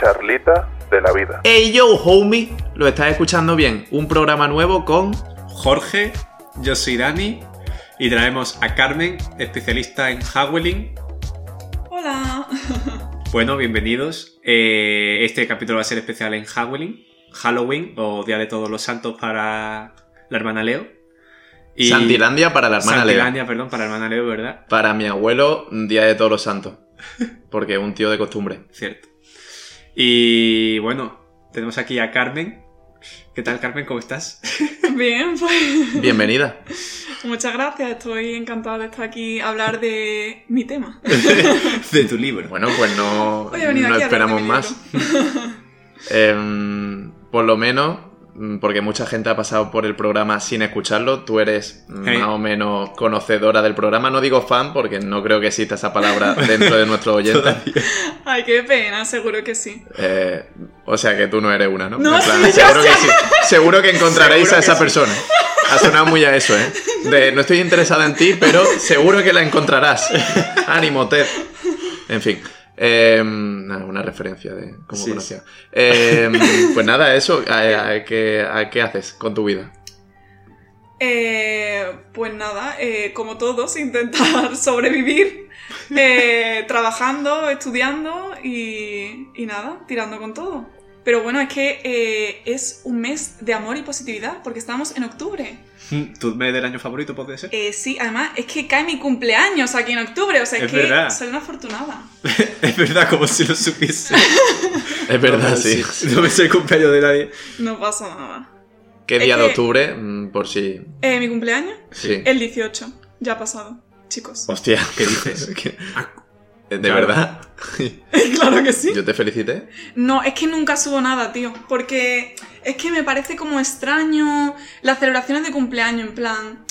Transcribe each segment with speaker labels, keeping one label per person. Speaker 1: charlita de la vida.
Speaker 2: Hey yo, homie, lo estás escuchando bien. Un programa nuevo con
Speaker 3: Jorge, yo soy Dani y traemos a Carmen, especialista en Howling.
Speaker 4: Hola.
Speaker 3: Bueno, bienvenidos. Eh, este capítulo va a ser especial en Howling, Halloween o Día de Todos los Santos para la hermana Leo.
Speaker 2: y Santilandia para la hermana Lea.
Speaker 3: Santilandia, perdón, para la hermana Leo, ¿verdad?
Speaker 2: Para mi abuelo, Día de Todos los Santos. Porque es un tío de costumbre.
Speaker 3: Cierto. Y bueno, tenemos aquí a Carmen. ¿Qué tal, Carmen? ¿Cómo estás?
Speaker 4: Bien, pues
Speaker 2: Bienvenida.
Speaker 4: muchas gracias. Estoy encantada de estar aquí a hablar de mi tema.
Speaker 3: De tu libro.
Speaker 2: Bueno, pues no,
Speaker 4: Hoy he venido
Speaker 2: no
Speaker 4: aquí a hablar de
Speaker 2: esperamos
Speaker 4: mi
Speaker 2: más. Em, por lo menos, mm, porque mucha gente ha pasado por el programa sin escucharlo, tú eres mm,
Speaker 3: Hey.
Speaker 2: más o menos conocedora del programa. No digo fan porque no creo que exista esa palabra dentro de nuestros oyentes.
Speaker 3: Todavía.
Speaker 4: Ay, qué pena, seguro que sí.
Speaker 2: Eh, o sea que tú no eres una, ¿no?
Speaker 4: No,
Speaker 2: En
Speaker 4: sí, yo
Speaker 2: seguro
Speaker 4: sé.
Speaker 2: que sí. Seguro que encontraréis
Speaker 3: Seguro
Speaker 2: a
Speaker 3: que
Speaker 2: esa
Speaker 3: sí.
Speaker 2: persona. Ha sonado muy a eso, ¿eh? De, no estoy interesada en ti, pero seguro que la encontrarás. Ánimo, Ted. En fin. eh, nada, una referencia de cómo
Speaker 3: Sí,
Speaker 2: conocía. Eh, pues nada, eso. ¿A, a qué, a qué haces con tu vida?
Speaker 4: Eh, pues nada, eh, como todos, intentar sobrevivir eh, trabajando, estudiando y, y nada, tirando con todo. Pero bueno, es que eh, es un mes de amor y positividad porque estamos en octubre.
Speaker 3: ¿Tu mes del año favorito puede ser?
Speaker 4: Eh, sí, además es que cae mi cumpleaños aquí en octubre, o sea, es,
Speaker 3: Es
Speaker 4: que
Speaker 3: verdad.
Speaker 4: soy una afortunada.
Speaker 3: Es verdad, como si lo supiese.
Speaker 2: Es verdad, sí.
Speaker 3: No me sé el cumpleaños de nadie.
Speaker 4: No pasa nada.
Speaker 2: ¿Qué
Speaker 4: Es
Speaker 2: día de
Speaker 4: que-
Speaker 2: octubre? Mm, Por si.
Speaker 4: Eh, mi cumpleaños,
Speaker 2: Sí.
Speaker 4: el 18, ya ha pasado, chicos.
Speaker 2: Hostia,
Speaker 3: ¿Qué dices?
Speaker 2: ¿Qué-
Speaker 3: Ah,
Speaker 2: ¿De
Speaker 3: Claro.
Speaker 2: verdad?
Speaker 4: claro que sí.
Speaker 2: Yo te felicité.
Speaker 4: No, es que nunca subo nada, tío. Porque es que me parece como extraño las celebraciones de cumpleaños, en plan.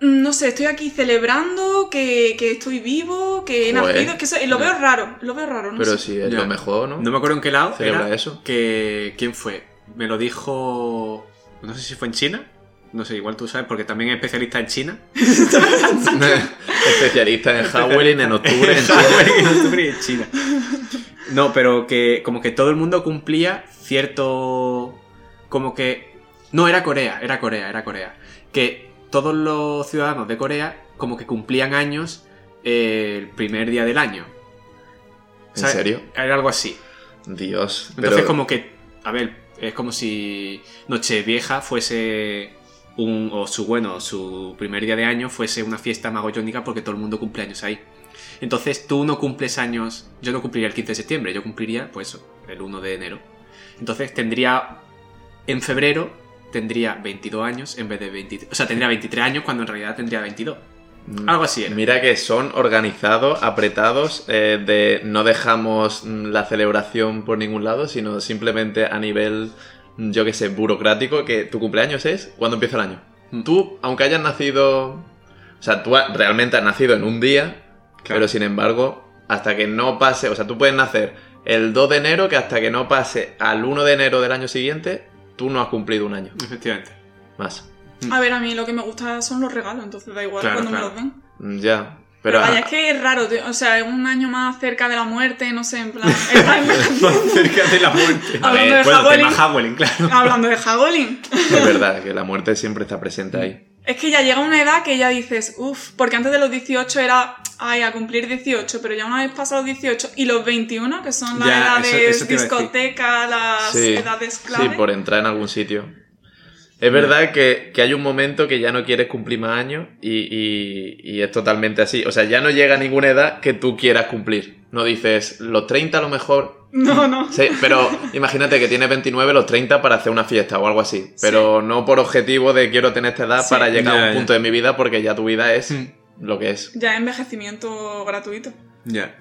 Speaker 4: mm, No sé, estoy aquí celebrando que, que estoy vivo, que he
Speaker 2: Joder.
Speaker 4: nacido. Es que eso- lo veo raro, lo veo raro, no sé.
Speaker 2: Pero sí, es
Speaker 3: Ya.
Speaker 2: lo mejor, ¿no?
Speaker 3: No me acuerdo en qué lado
Speaker 2: Celebra
Speaker 3: era
Speaker 2: eso.
Speaker 3: que... ¿Quién fue? Me lo dijo... No sé si fue en China. No sé, igual tú sabes, porque también es especialista en China.
Speaker 2: Especialista en Howling en octubre. en-
Speaker 3: Halloween en octubre y en China. No, pero que como que todo el mundo cumplía cierto... Como que... No, era Corea, era Corea, era Corea. Que todos los ciudadanos de Corea como que cumplían años eh, el primer día del año.
Speaker 2: ¿En serio?
Speaker 3: Era algo así.
Speaker 2: Dios. Pero,
Speaker 3: Entonces como que... A ver, es como si Nochevieja fuese... Un, o su bueno, su primer día de año fuese una fiesta magollónica porque todo el mundo cumple años ahí. Entonces tú no cumples años, yo no cumpliría el 15 de septiembre, yo cumpliría, pues eso, el 1 de enero. Entonces tendría, en febrero, tendría 22 años en vez de 23, o sea, tendría 23 años cuando en realidad tendría 22.
Speaker 2: mm,
Speaker 3: Algo así era.
Speaker 2: Mira que son organizados, apretados, eh, de no dejamos mm, la celebración por ningún lado, sino simplemente a nivel, mm, yo qué sé, burocrático, que tu cumpleaños es cuando empieza el año. Tú, aunque hayas nacido... O sea, tú ha- realmente has nacido en un día, Pero sin embargo, hasta que no pase, o sea, tú puedes nacer el 2 de enero, que hasta que no pase al 1 de enero del año siguiente, tú no has cumplido un año
Speaker 3: Efectivamente.
Speaker 2: más.
Speaker 4: A ver, a mí lo que me gusta son los regalos, entonces da igual
Speaker 3: Claro,
Speaker 4: cuando
Speaker 3: claro.
Speaker 4: me los den.
Speaker 2: Mm, Ya. Pero,
Speaker 4: Pero vaya, es que es raro, tío. O sea, es un año más cerca de la muerte, no sé, en plan. está en-
Speaker 3: Más cerca de la muerte.
Speaker 4: Hablando de
Speaker 3: bueno,
Speaker 4: Halloween.
Speaker 3: tema Halloween, claro.
Speaker 4: Hablando de Hagolin.
Speaker 2: es verdad que la muerte siempre está presente ahí.
Speaker 4: Es que ya llega una edad que ya dices, uff, porque antes de los 18 era, ay, a cumplir 18, pero ya una vez pasados los 18 y los 21, que son las
Speaker 3: Ya,
Speaker 4: edades
Speaker 3: eso- eso te iba a decir.
Speaker 4: discoteca, las
Speaker 2: Sí,
Speaker 4: edades
Speaker 2: Sí,
Speaker 4: clave.
Speaker 2: por entrar en algún sitio. Es verdad que, que hay un momento que ya no quieres cumplir más años y, y- y es totalmente así. O sea, ya no llega a ninguna edad que tú quieras cumplir. No dices, los 30 a lo mejor,
Speaker 4: No, no.
Speaker 2: Sí, pero imagínate que tienes 29, los 30 para hacer una fiesta o algo así. Pero no por objetivo de quiero tener esta edad
Speaker 4: Sí.
Speaker 2: para llegar a
Speaker 3: Ya,
Speaker 2: un
Speaker 3: ya. Mm.
Speaker 2: punto de mi vida, porque ya tu vida es lo que es.
Speaker 4: Ya envejecimiento gratuito.
Speaker 3: Ya.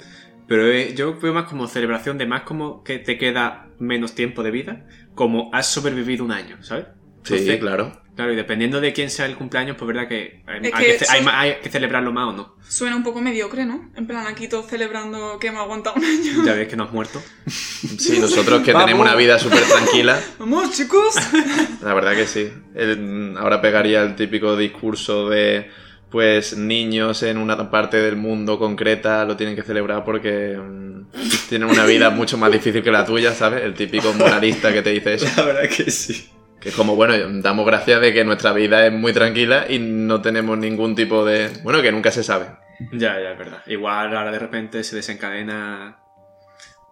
Speaker 3: Pero eh, yo veo más como celebración de más como que te queda menos tiempo de vida, como has sobrevivido un año, ¿sabes?
Speaker 2: Sí,
Speaker 3: Entonces,
Speaker 2: claro.
Speaker 3: Claro, y dependiendo de quién sea el cumpleaños, pues verdad que hay,
Speaker 4: Es
Speaker 3: hay
Speaker 4: que
Speaker 3: que, ce- hay
Speaker 4: son-
Speaker 3: ma- hay que celebrarlo más o no.
Speaker 4: Suena un poco mediocre, ¿no? En plan, aquí todos celebrando que hemos aguantado un año.
Speaker 3: Ya ves que no has muerto.
Speaker 2: Sí, nosotros que
Speaker 3: Vamos.
Speaker 2: tenemos una vida súper tranquila,
Speaker 4: ¡Vamos, chicos!
Speaker 2: la verdad que sí. El- ahora pegaría el típico discurso de pues niños en una parte del mundo concreta lo tienen que celebrar porque mm, tienen una vida mucho más difícil que la tuya, ¿sabes? El típico moralista que te dice eso.
Speaker 1: La verdad que sí.
Speaker 2: Que es como, bueno, damos gracias de que nuestra vida es muy tranquila y no tenemos ningún tipo de... Bueno, que nunca se sabe.
Speaker 3: Ya, ya, es verdad. Igual ahora de repente se desencadena.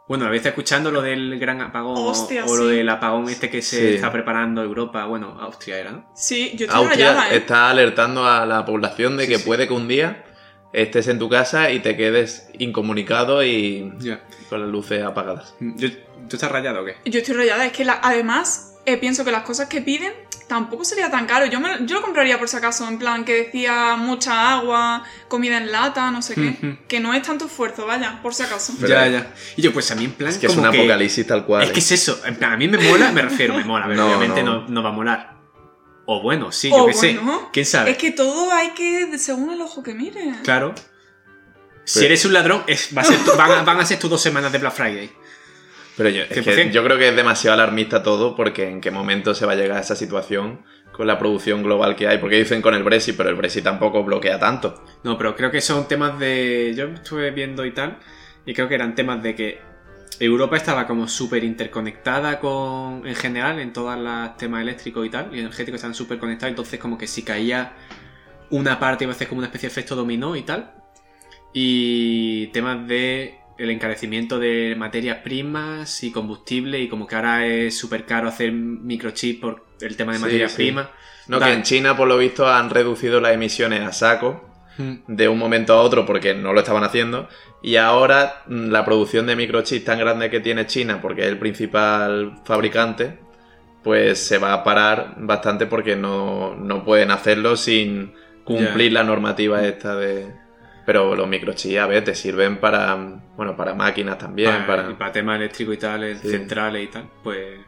Speaker 3: Bueno, a veces escuchando lo del gran apagón
Speaker 4: Hostia,
Speaker 3: o lo
Speaker 4: sí.
Speaker 3: del apagón este que se
Speaker 2: Sí.
Speaker 3: está preparando Europa, bueno, Austria era, ¿no?
Speaker 4: Sí,
Speaker 3: Ah,
Speaker 4: yo estoy
Speaker 2: Austria
Speaker 4: rayada, ¿eh?
Speaker 2: está alertando a la población de
Speaker 3: Sí,
Speaker 2: que
Speaker 3: sí.
Speaker 2: puede que un día estés en tu casa y te quedes incomunicado y
Speaker 3: Ya.
Speaker 2: con las luces apagadas.
Speaker 3: Yo- ¿Tú estás rayado o qué?
Speaker 4: Yo estoy rayada, es que la- además eh, pienso que las cosas que piden tampoco sería tan caro. Yo, me, yo lo compraría por si acaso, en plan que decía mucha agua, comida en lata, no sé qué.
Speaker 3: Ujú.
Speaker 4: que no es tanto esfuerzo, vaya, por si acaso.
Speaker 2: Pero-
Speaker 3: ya, ya. Y yo, pues a mí en plan.
Speaker 2: Es que es
Speaker 3: como
Speaker 2: un apocalipsis tal cual.
Speaker 3: Es que
Speaker 2: ¿eh?
Speaker 3: es eso. En plan, a mí me mola, me refiero, me mola. a ver,
Speaker 2: No,
Speaker 3: obviamente
Speaker 2: no.
Speaker 3: no. no va a molar. O bueno, sí,
Speaker 4: O
Speaker 3: yo qué sé.
Speaker 4: bueno.
Speaker 3: ¿Quién sabe?
Speaker 4: Es que todo hay que, según el ojo que mire.
Speaker 3: Claro. Si
Speaker 2: Pero-
Speaker 3: eres un ladrón, es- va a ser tu- van, a, van a ser tus dos semanas de Black Friday.
Speaker 2: Pero yo, es que
Speaker 3: 100%.
Speaker 2: yo creo que es demasiado alarmista todo porque en qué momento se va a llegar a esa situación con la producción global que hay. Porque dicen con el Brexit, pero el Brexit tampoco bloquea tanto.
Speaker 3: No, pero creo que son temas de. Yo estuve viendo y tal, y creo que eran temas de que Europa estaba como súper interconectada con. en general, en todos los temas eléctricos y tal, y energéticos estaban súper conectados, entonces como que si caía una parte iba a ser como una especie de efecto dominó y tal. Y temas de el encarecimiento de materias primas y combustible y como que ahora es súper caro hacer microchip por el tema de
Speaker 2: Sí,
Speaker 3: materias
Speaker 2: sí.
Speaker 3: primas.
Speaker 2: No,
Speaker 3: Vale.
Speaker 2: que en China, por lo visto, han reducido las emisiones a saco
Speaker 3: Mm.
Speaker 2: de un momento a otro porque no lo estaban haciendo. Y ahora mm, la producción de microchips tan grande que tiene China, porque es el principal fabricante, pues se va a parar bastante porque no, no pueden hacerlo sin cumplir la normativa esta de... Pero los microchips, a ver, te sirven para, mm, bueno, para máquinas también,
Speaker 3: para, y
Speaker 2: para...
Speaker 3: para temas eléctricos y tal, en
Speaker 2: Sí.
Speaker 3: centrales y tal, pues...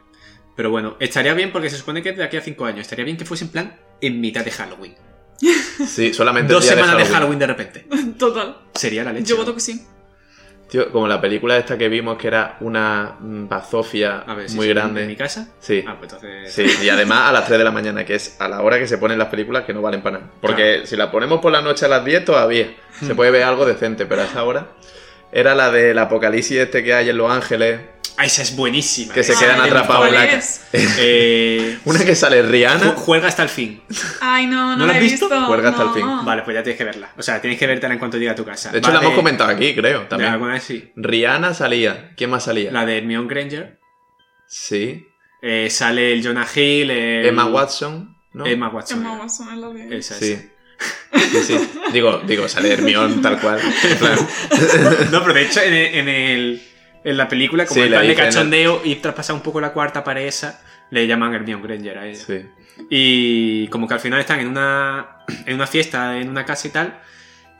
Speaker 3: Pero bueno, estaría bien porque se supone que es de aquí a 5 años. Estaría bien que fuese en plan en mitad de Halloween.
Speaker 2: Sí, solamente... el
Speaker 3: Dos
Speaker 2: día de
Speaker 3: semanas de
Speaker 2: Halloween.
Speaker 3: Halloween de repente.
Speaker 4: Total.
Speaker 3: Sería la leche.
Speaker 4: Yo
Speaker 3: ¿no?
Speaker 4: voto que sí.
Speaker 2: Tío, como la película esta que vimos que era una mm, bazofia
Speaker 3: A ver, si
Speaker 2: muy
Speaker 3: se vende en mi
Speaker 2: grande.
Speaker 3: casa.
Speaker 2: Sí.
Speaker 3: Ah, pues entonces...
Speaker 2: Sí, y además a las 3 de la mañana, que es a la hora que se ponen las películas que no valen para nada. Porque si la ponemos por la noche a las 10 todavía
Speaker 3: Hmm.
Speaker 2: se puede ver algo decente, pero a esa hora era la del apocalipsis este que hay en Los Ángeles.
Speaker 3: Ah, esa es buenísima.
Speaker 2: Que se
Speaker 3: Esa
Speaker 2: quedan
Speaker 3: es de mis
Speaker 2: atrapados en la-
Speaker 4: ¿Cuál
Speaker 3: favoritas.
Speaker 4: es?
Speaker 3: Eh,
Speaker 2: Una que sale
Speaker 3: ju-
Speaker 2: Rihanna.
Speaker 3: Juega hasta el fin.
Speaker 4: Ay, no, no,
Speaker 3: ¿No la
Speaker 4: la
Speaker 3: has
Speaker 4: he
Speaker 3: visto?
Speaker 4: visto.
Speaker 2: Juega hasta el fin.
Speaker 4: No.
Speaker 3: Vale, pues ya tienes que verla. O sea, tienes que verla en cuanto llegue a tu casa.
Speaker 2: De hecho,
Speaker 3: Va
Speaker 2: la hemos comentado aquí, creo,
Speaker 3: de
Speaker 2: también.
Speaker 3: alguna vez sí.
Speaker 2: Rihanna salía. ¿Quién más salía?
Speaker 3: La de Hermione Granger.
Speaker 2: Sí.
Speaker 3: Eh, sale el Jonah Hill. el-
Speaker 2: Emma Watson, ¿no?
Speaker 3: Emma Watson.
Speaker 4: Emma Watson es la de-
Speaker 3: Esa, esa.
Speaker 2: Sí. Sí, sí. Digo, digo, sale Hermione tal cual. En plan,
Speaker 3: No, pero de hecho, en el. En, el- en la película, como
Speaker 2: Sí,
Speaker 3: el
Speaker 2: la
Speaker 3: plan de
Speaker 2: dicen en el-
Speaker 3: cachondeo y traspasa un poco la cuarta pared esa, le llaman Hermione Granger a ella.
Speaker 2: Sí.
Speaker 3: Y como que al final están en una, en una fiesta, en una casa y tal,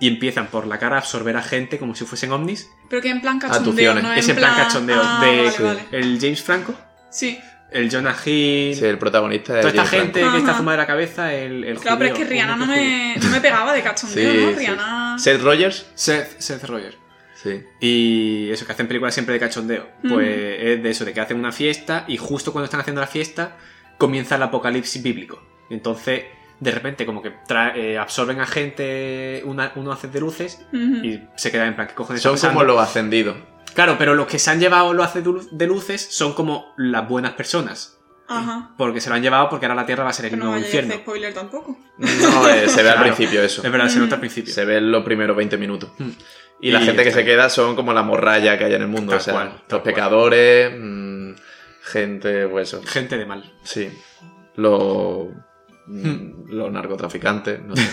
Speaker 3: y empiezan por la cara a absorber a gente como si fuesen ovnis.
Speaker 4: Pero que en plan cachondeo,
Speaker 2: Atuciones.
Speaker 4: no
Speaker 3: Ese plan cachondeo
Speaker 4: Ah,
Speaker 3: de-
Speaker 4: vale,
Speaker 2: Sí.
Speaker 4: vale.
Speaker 3: El James Franco,
Speaker 4: Sí.
Speaker 3: el Jonah Hill,
Speaker 2: Sí, el protagonista es
Speaker 3: toda esta
Speaker 2: James
Speaker 3: gente
Speaker 2: Franco.
Speaker 3: que está
Speaker 4: Ajá.
Speaker 3: fumada de la cabeza, el, el
Speaker 4: Claro, pero es que
Speaker 3: judío,
Speaker 4: Rihanna
Speaker 3: un
Speaker 4: no
Speaker 3: otro judío.
Speaker 4: me, no me pegaba de cachondeo,
Speaker 2: Sí,
Speaker 4: ¿no?
Speaker 2: sí.
Speaker 4: Rihanna...
Speaker 2: Seth Rogers.
Speaker 3: Seth, Seth Roger.
Speaker 2: Sí.
Speaker 3: Y eso, que hacen películas siempre de cachondeo. Pues
Speaker 4: Ujú.
Speaker 3: es de eso, de que hacen una fiesta y justo cuando están haciendo la fiesta comienza el apocalipsis bíblico. Entonces, de repente, como que tra- eh, absorben a gente una, uno hace de luces
Speaker 4: Ujú.
Speaker 3: y se quedan en plan, ¿qué cojones
Speaker 2: Son
Speaker 3: está
Speaker 2: como
Speaker 3: pasando?
Speaker 2: los ascendidos.
Speaker 3: Claro, pero los que se han llevado los hace de luces son como las buenas personas.
Speaker 4: Ajá.
Speaker 3: Porque se lo han llevado porque ahora la Tierra va a ser el
Speaker 4: Pero no
Speaker 3: nuevo
Speaker 4: vaya a
Speaker 3: infierno.
Speaker 4: hacer spoiler tampoco.
Speaker 2: No, eh, se ve al
Speaker 3: Claro.
Speaker 2: principio eso.
Speaker 3: Es verdad, se nota al
Speaker 4: Mm.
Speaker 3: principio.
Speaker 2: Se ven los primeros 20 minutos.
Speaker 3: Mm.
Speaker 2: Y la
Speaker 3: Y
Speaker 2: gente que
Speaker 3: está
Speaker 2: se queda son como la morralla que hay en el mundo.
Speaker 3: Tal
Speaker 2: o sea,
Speaker 3: cual, tal
Speaker 2: los
Speaker 3: cual.
Speaker 2: pecadores, mm, gente, pues eso.
Speaker 3: Gente de mal.
Speaker 2: Sí. Los. mm,
Speaker 3: Hmm.
Speaker 2: Los narcotraficantes, no sé.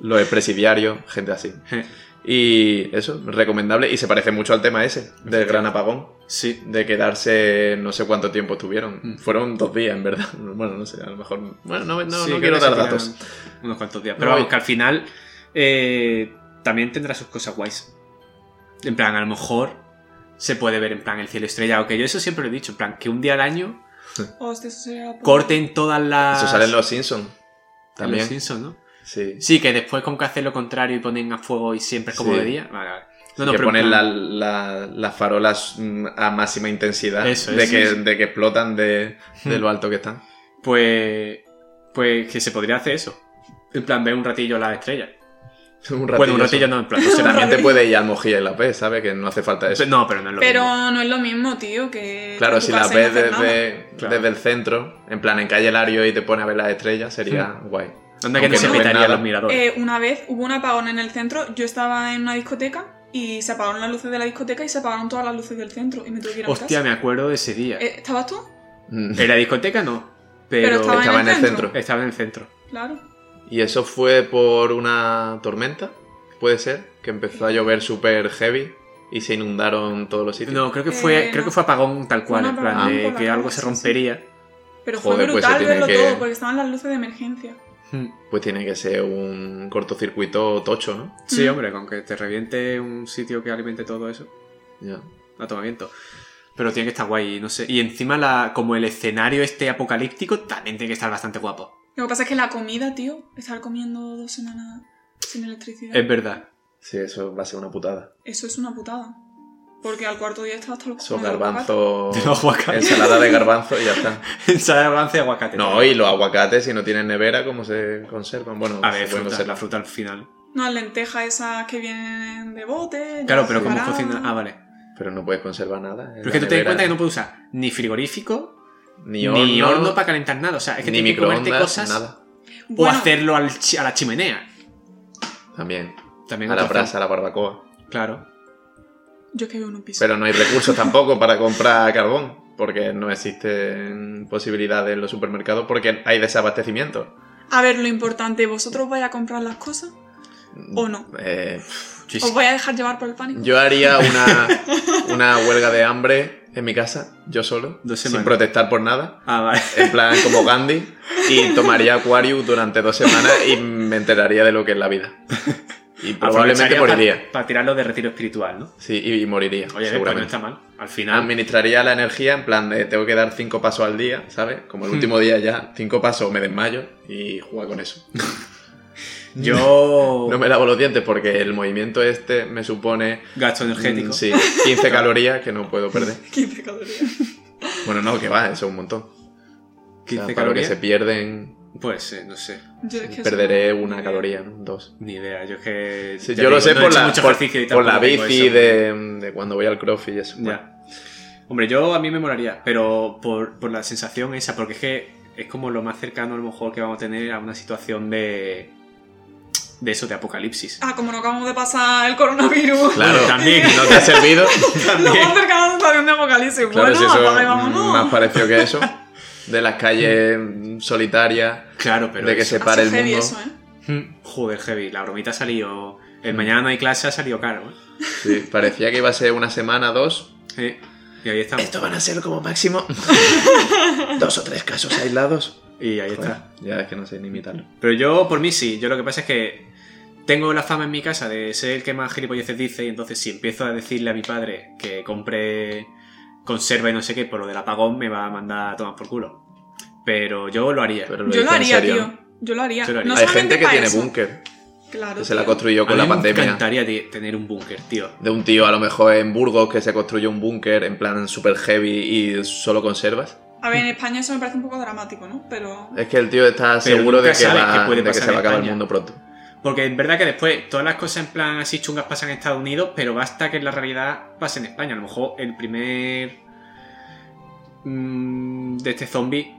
Speaker 2: los expresidiarios, gente así.
Speaker 3: Hmm.
Speaker 2: Y eso, recomendable. Y se parece mucho al tema ese, del gran apagón.
Speaker 3: Sí.
Speaker 2: De quedarse, no sé cuánto tiempo estuvieron.
Speaker 3: Mm.
Speaker 2: Fueron dos días, en verdad. Bueno, no sé, a lo mejor. Bueno, no, no,
Speaker 3: Sí,
Speaker 2: no
Speaker 3: creo
Speaker 2: quiero
Speaker 3: que se
Speaker 2: dar
Speaker 3: tiran
Speaker 2: datos.
Speaker 3: Unos cuantos días. Pero
Speaker 2: No,
Speaker 3: vamos,
Speaker 2: y-
Speaker 3: que al final eh, también tendrá sus cosas guays. En plan, a lo mejor se puede ver en plan el cielo estrellado. Que yo eso siempre lo he dicho. En plan, que un día al año
Speaker 4: Hostia, este eso sería... la puta.
Speaker 3: corten todas las.
Speaker 2: Eso sale en Los Simpsons.
Speaker 3: en Ah, los
Speaker 2: También.
Speaker 3: Simpsons, ¿no?
Speaker 2: Sí.
Speaker 3: Sí, que después como que hacen lo contrario y ponen a fuego y siempre es como
Speaker 2: Sí.
Speaker 3: de día. Vale, vale. No,
Speaker 2: No, que
Speaker 3: pero en
Speaker 2: ponen la-
Speaker 3: plan-
Speaker 2: la- las farolas mm, a máxima intensidad
Speaker 3: Eso,
Speaker 2: de,
Speaker 3: eso,
Speaker 2: que,
Speaker 3: eso.
Speaker 2: de que explotan de, de
Speaker 3: Hmm.
Speaker 2: lo alto que están.
Speaker 3: Pues. Pues que se podría hacer eso. En plan, ver un ratillo las estrellas.
Speaker 2: Un ratillo,
Speaker 3: bueno, un ratillo no, en plan, no sé,
Speaker 2: También te
Speaker 4: ratillo.
Speaker 2: puede ir al Mojilla y la P, ¿sabes? Que no hace falta eso.
Speaker 3: Pero- No, pero no es lo
Speaker 4: Pero
Speaker 3: mismo.
Speaker 4: no es lo mismo, tío, que.
Speaker 2: Claro,
Speaker 4: en tu
Speaker 2: si la
Speaker 4: casa y no
Speaker 2: ves
Speaker 4: hacer nada.
Speaker 2: desde,
Speaker 3: Claro.
Speaker 2: desde el centro, en plan en calle Lario y te pone a ver las estrellas, sería
Speaker 3: Hmm.
Speaker 2: guay.
Speaker 3: Anda que
Speaker 2: aunque
Speaker 3: no se
Speaker 4: no ves
Speaker 3: petaría
Speaker 2: nada.
Speaker 3: los miradores.
Speaker 4: Eh, una vez hubo un apagón en el centro, yo estaba en una discoteca y se apagaron las luces de la discoteca y se apagaron todas las luces del centro y me tuve que ir a mi
Speaker 3: Hostia,
Speaker 4: casa.
Speaker 3: me acuerdo de ese día.
Speaker 4: Eh, ¿Estabas tú?
Speaker 2: Mm.
Speaker 3: En la discoteca no,
Speaker 4: Pero
Speaker 3: pero,
Speaker 4: estaba en-
Speaker 2: Estaba en el centro.
Speaker 3: estaba en el centro.
Speaker 4: Claro.
Speaker 2: ¿Y eso fue por una tormenta? ¿Puede ser? Que empezó a llover súper heavy y se inundaron todos los sitios.
Speaker 3: No, creo que fue,
Speaker 4: Eh,
Speaker 3: creo
Speaker 4: no.
Speaker 3: que fue apagón tal cual,
Speaker 4: un
Speaker 3: en plan
Speaker 4: apagón
Speaker 3: de
Speaker 4: por la
Speaker 3: que algo
Speaker 4: noche,
Speaker 3: se
Speaker 4: sí.
Speaker 3: rompería.
Speaker 4: Pero fue
Speaker 2: Joder, pues se
Speaker 4: brutal
Speaker 2: tiene
Speaker 4: verlo
Speaker 2: que-
Speaker 4: todo porque estaban las luces de emergencia.
Speaker 3: Mm.
Speaker 2: Pues tiene que ser un cortocircuito tocho, ¿no?
Speaker 3: Sí,
Speaker 4: Mm.
Speaker 3: hombre, con que te reviente un sitio que alimente todo eso,
Speaker 2: Ya.
Speaker 3: a toma viento. Pero tiene que estar guay, no sé. Y encima, la, como el escenario este apocalíptico, también tiene que estar bastante guapo.
Speaker 4: Lo que pasa es que la comida, tío, estar comiendo dos semanas sin electricidad,
Speaker 3: Es verdad.
Speaker 2: Sí, eso va a ser una putada.
Speaker 4: eso es una putada. Porque al cuarto día estaba hasta los
Speaker 2: Son
Speaker 4: cojones de los
Speaker 2: garbanzos.
Speaker 3: De los aguacates.
Speaker 2: Ensalada de garbanzo y ya está.
Speaker 3: Ensalada de avance de aguacate.
Speaker 2: No, y los aguacates, si no tienen nevera, ¿cómo se conservan? Bueno,
Speaker 3: A ver,
Speaker 2: se pueden
Speaker 3: fruta, la
Speaker 2: conservar.
Speaker 3: fruta al final.
Speaker 4: patatas. No, las lentejas esas que vienen de bote.
Speaker 3: Claro,
Speaker 4: ya
Speaker 3: pero como
Speaker 4: separadas.
Speaker 3: cocina. Ah, vale.
Speaker 2: Pero no puedes conservar nada. en
Speaker 3: Pero es
Speaker 2: la
Speaker 3: que tú te das
Speaker 2: nevera.
Speaker 3: cuenta que no puedes usar ni frigorífico,
Speaker 2: Ni
Speaker 3: ni
Speaker 2: horno,
Speaker 3: horno, para calentar nada. O sea, es que
Speaker 2: ni
Speaker 3: tienes que comerte
Speaker 2: microondas,
Speaker 3: cosas
Speaker 2: nada.
Speaker 3: o
Speaker 4: Bueno,
Speaker 3: hacerlo al chi- a la chimenea.
Speaker 2: También.
Speaker 3: También
Speaker 2: A la
Speaker 3: otra
Speaker 2: brasa, a la barbacoa.
Speaker 3: opción. Claro.
Speaker 4: Yo es que vivo en un piso.
Speaker 2: Pero no hay recursos tampoco para comprar carbón, porque no existen posibilidades en los supermercados porque hay desabastecimiento.
Speaker 4: A ver, lo importante, ¿vosotros vais a comprar las cosas? ¿O no?
Speaker 2: Eh,
Speaker 3: Sí, sí.
Speaker 4: ¿Os vais a dejar llevar por el pánico?
Speaker 2: yo haría una, una huelga de hambre en mi casa, yo solo,
Speaker 3: Dos
Speaker 2: sin
Speaker 3: semanas.
Speaker 2: protestar por nada,
Speaker 3: Ah, vale.
Speaker 2: en plan como Gandhi, y tomaría Aquarius durante dos semanas y me enteraría de lo que es la vida. Y probablemente
Speaker 3: Aprovecharía
Speaker 2: moriría.
Speaker 3: Para, para tirarlo de retiro espiritual, ¿no?
Speaker 2: Sí, y, y moriría,
Speaker 3: Oye, pues no
Speaker 2: seguramente.
Speaker 3: está mal. Al final.
Speaker 2: Administraría la energía en plan de tengo que dar cinco pasos al día, ¿sabes? Como el último día ya, cinco pasos me desmayo y juega con eso.
Speaker 3: Yo.
Speaker 2: No me lavo los dientes porque el movimiento este me supone
Speaker 3: Gasto
Speaker 2: mm,
Speaker 3: energético.
Speaker 2: sí, 15 calorías que no puedo perder.
Speaker 4: 15 calorías.
Speaker 2: Bueno, no, que va, eso es un montón. O
Speaker 3: 15
Speaker 2: sea, para lo que
Speaker 3: calorías.
Speaker 2: se pierden,
Speaker 3: Pues eh, no sé.
Speaker 4: Yo es que
Speaker 2: perderé
Speaker 4: soy-
Speaker 2: una caloría, ¿no? dos.
Speaker 3: Ni idea. Yo es que.
Speaker 2: Sí,
Speaker 3: ya
Speaker 2: yo lo
Speaker 3: digo,
Speaker 2: sé
Speaker 3: no he
Speaker 2: por
Speaker 3: hecho
Speaker 2: la,
Speaker 3: mucho
Speaker 2: por-
Speaker 3: ejercicio y
Speaker 2: por la
Speaker 3: tampoco tengo
Speaker 2: bici
Speaker 3: eso.
Speaker 2: de, mm, de cuando voy al crossfit y eso. Bueno,
Speaker 3: Ya. Hombre, yo a mí me molaría, pero por, por la sensación esa, porque es que es como lo más cercano a lo mejor que vamos a tener a una situación de. de eso, de apocalipsis.
Speaker 4: Ah, como no acabamos de pasar el coronavirus.
Speaker 2: Claro,
Speaker 3: Bueno, también,
Speaker 2: ¿No te ha servido?
Speaker 4: Lo más cercano a un estadio de apocalipsis.
Speaker 2: Claro,
Speaker 4: bueno,
Speaker 2: si eso
Speaker 4: apaga y
Speaker 2: mm,
Speaker 4: vámonos.
Speaker 2: más pareció que eso. De las calles mm, solitarias,
Speaker 3: Claro, pero.
Speaker 2: de que
Speaker 3: eso-
Speaker 2: se pare
Speaker 4: Ha
Speaker 2: el
Speaker 4: sido heavy
Speaker 2: mundo.
Speaker 4: eso, ¿eh?
Speaker 3: Mm, Joder, heavy. La bromita ha salido. El mañana no hay clase ha salido caro, ¿eh?
Speaker 2: Sí, parecía que iba a ser una semana, dos.
Speaker 3: Sí. Y ahí estamos.
Speaker 2: Esto van a ser como máximo dos o tres casos aislados.
Speaker 3: Y ahí está.
Speaker 2: Ya es que no sé ni imitarlo.
Speaker 3: Pero yo, por mí sí, yo lo que pasa es que tengo la fama en mi casa de ser el que más gilipolleces dice y entonces si empiezo a decirle a mi padre que compre conserva y no sé qué por lo del apagón me va a mandar a tomar por culo. Pero yo lo haría.
Speaker 4: Yo
Speaker 2: Pero
Speaker 4: lo
Speaker 2: dice en
Speaker 4: haría,
Speaker 2: serio.
Speaker 4: tío. Yo lo haría.
Speaker 3: Yo lo haría.
Speaker 4: No
Speaker 2: Hay
Speaker 4: solamente
Speaker 2: gente que
Speaker 4: para
Speaker 2: tiene
Speaker 4: eso.
Speaker 2: búnker,
Speaker 4: Claro.
Speaker 2: que se la
Speaker 4: tío.
Speaker 2: construyó con
Speaker 3: a
Speaker 2: la
Speaker 3: mí me
Speaker 2: pandemia.
Speaker 3: encantaría ti- tener un búnker, tío.
Speaker 2: De un tío, a lo mejor en Burgos, que se construyó un búnker en plan super heavy y solo conservas.
Speaker 4: A ver, en España eso me parece un poco dramático, ¿no? Pero.
Speaker 2: Es que el tío está
Speaker 3: Pero
Speaker 2: seguro de
Speaker 3: nunca
Speaker 2: que,
Speaker 3: sabes
Speaker 2: va-
Speaker 3: qué puede
Speaker 2: de que
Speaker 3: pasar
Speaker 2: se va
Speaker 3: en
Speaker 2: a acabar el
Speaker 3: España.
Speaker 2: mundo pronto.
Speaker 3: Porque es verdad que después todas las cosas en plan así chungas pasan en Estados Unidos, pero basta que en la realidad pase en España. A lo mejor el primer... mm, de este zombie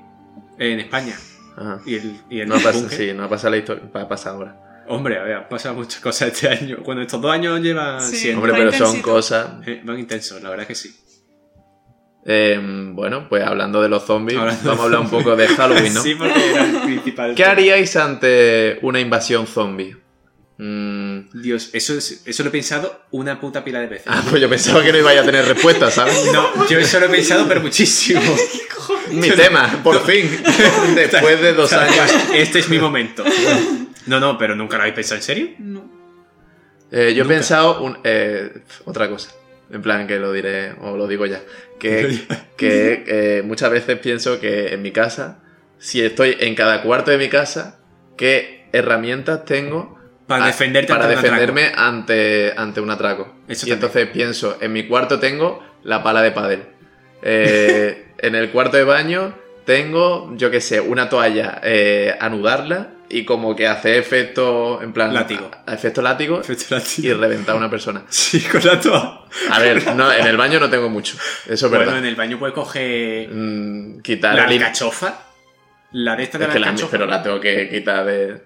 Speaker 3: en España.
Speaker 2: Ajá.
Speaker 3: Y el, y el
Speaker 2: No pasa,
Speaker 3: búnker.
Speaker 2: sí, no pasa la historia, pa- pasa ahora.
Speaker 3: Hombre, a ver, han pasado muchas cosas este año. Bueno, estos dos años llevan
Speaker 4: Sí.
Speaker 3: siendo.
Speaker 2: Hombre,
Speaker 4: Va
Speaker 2: pero son
Speaker 4: intensito.
Speaker 2: cosas
Speaker 3: Eh, van intensos, la verdad es que sí.
Speaker 2: Eh, bueno, pues hablando de los zombies,
Speaker 3: Hablando de
Speaker 2: vamos a hablar un poco de Halloween, ¿no?
Speaker 3: Sí, porque era el principal.
Speaker 2: ¿Qué haríais ante una invasión zombie? Mm,
Speaker 3: Dios, eso, es- eso lo he pensado una puta pila de veces.
Speaker 2: Ah, pues yo pensaba que no iba a tener respuesta, ¿sabes?
Speaker 3: No, yo eso lo he pensado, pero muchísimo.
Speaker 2: Mi tema, por fin. Después de dos años.
Speaker 3: Este es mi momento. No, no, pero nunca lo habéis pensado en serio.
Speaker 4: No.
Speaker 2: Eh, yo he
Speaker 3: Nunca.
Speaker 2: pensado un- eh, otra cosa. En plan, que lo diré, o lo digo ya. Que, que eh, muchas veces pienso que en mi casa, si estoy en cada cuarto de mi casa, ¿qué herramientas tengo
Speaker 3: Para
Speaker 2: Ah,
Speaker 3: defenderte
Speaker 2: para
Speaker 3: ante un atraco.
Speaker 2: defenderme ante, ante un atraco.
Speaker 3: Eso
Speaker 2: y
Speaker 3: también.
Speaker 2: entonces pienso, en mi cuarto tengo la pala de pádel. Eh, en el cuarto de baño tengo, yo qué sé, una toalla, eh, anudarla y y como que hace efecto, en plan...
Speaker 3: Látigo.
Speaker 2: a- a efecto látigo
Speaker 3: Efecto látigo.
Speaker 2: y reventar a una persona.
Speaker 3: Sí, con la toa.
Speaker 2: A ver, no, en el baño no tengo mucho. Eso es
Speaker 3: Bueno,
Speaker 2: verdad.
Speaker 3: en el baño puedes coger
Speaker 2: Mm, quitar
Speaker 3: la
Speaker 2: el-
Speaker 3: alcachofa. La de esta de
Speaker 2: Es
Speaker 3: la
Speaker 2: que la-
Speaker 3: alcachofa.
Speaker 2: pero la tengo que quitar de...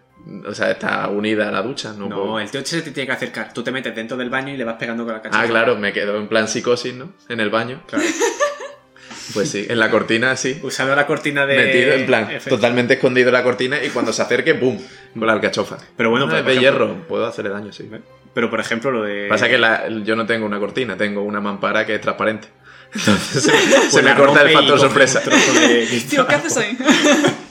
Speaker 2: O sea, está unida a la ducha, ¿no?
Speaker 3: No,
Speaker 2: puedo-
Speaker 3: el tío se te tiene que acercar. Tú te metes dentro del baño y le vas pegando con la alcachofa.
Speaker 2: Ah, claro, me quedo en plan psicosis, ¿no? En el baño.
Speaker 3: Claro.
Speaker 2: Pues sí, en la cortina, sí.
Speaker 3: Usando la cortina de.
Speaker 2: Metido en plan,
Speaker 3: Efecto.
Speaker 2: totalmente escondido en la cortina y cuando se acerque, ¡boom! Con la alcachofa.
Speaker 3: Pero bueno,
Speaker 2: Ah,
Speaker 3: pero
Speaker 2: es
Speaker 3: por
Speaker 2: de
Speaker 3: ejemplo-
Speaker 2: hierro, puedo hacerle daño, sí.
Speaker 3: Pero por ejemplo, lo de.
Speaker 2: Pasa que la- yo no tengo una cortina, tengo una mampara que es transparente. Entonces se, se
Speaker 3: Pues
Speaker 2: me
Speaker 3: la
Speaker 2: corta el
Speaker 3: rompe y
Speaker 2: factor
Speaker 3: coge un
Speaker 2: sorpresa.
Speaker 3: trozo de cristal.
Speaker 4: Tío, ¿qué haces ahí?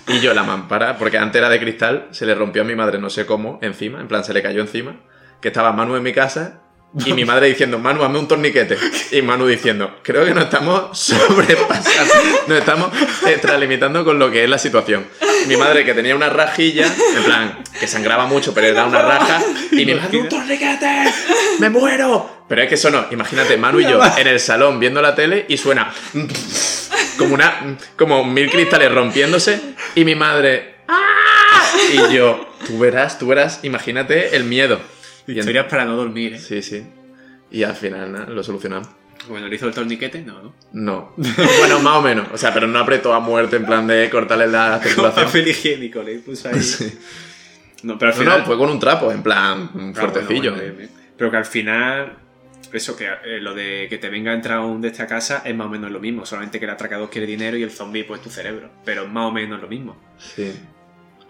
Speaker 2: Y yo la mampara, porque antes era de cristal, se le rompió a mi madre, no sé cómo, encima, en plan se le cayó encima, que estaba Manu en mi casa y mi madre diciendo, Manu, hazme un torniquete. Y Manu diciendo, creo que nos estamos sobrepasando, nos estamos extralimitando con lo que es la situación. Mi madre que tenía una rajilla, en plan, que sangraba mucho, pero era una raja, y mi madre, un torniquete, me muero. Pero es que eso no, imagínate, Manu y yo en el salón viendo la tele y suena como una como mil cristales rompiéndose y mi madre "¡Ah!", y yo tú verás tú verás imagínate el miedo y en-
Speaker 3: Historias para no dormir, ¿eh?
Speaker 2: sí sí y al final nada, lo solucionamos
Speaker 3: Bueno, le hizo el torniquete, no, ¿no?
Speaker 2: no bueno más o menos o sea pero no apretó a muerte en plan de cortarle la
Speaker 3: Con
Speaker 2: circulación
Speaker 3: papel higiénico, le puso ahí.
Speaker 2: Sí.
Speaker 3: No, pero al
Speaker 2: no,
Speaker 3: final.
Speaker 2: no fue con un trapo en plan mm,
Speaker 3: Ah, bueno,
Speaker 2: fuertecillo
Speaker 3: bueno, bien, bien. Pero que al final. Eso que eh, lo de que te venga a entrar un de esta casa es más o menos lo mismo, solamente que el atracador quiere dinero y el zombie pues tu cerebro, pero es más o menos lo mismo.
Speaker 2: sí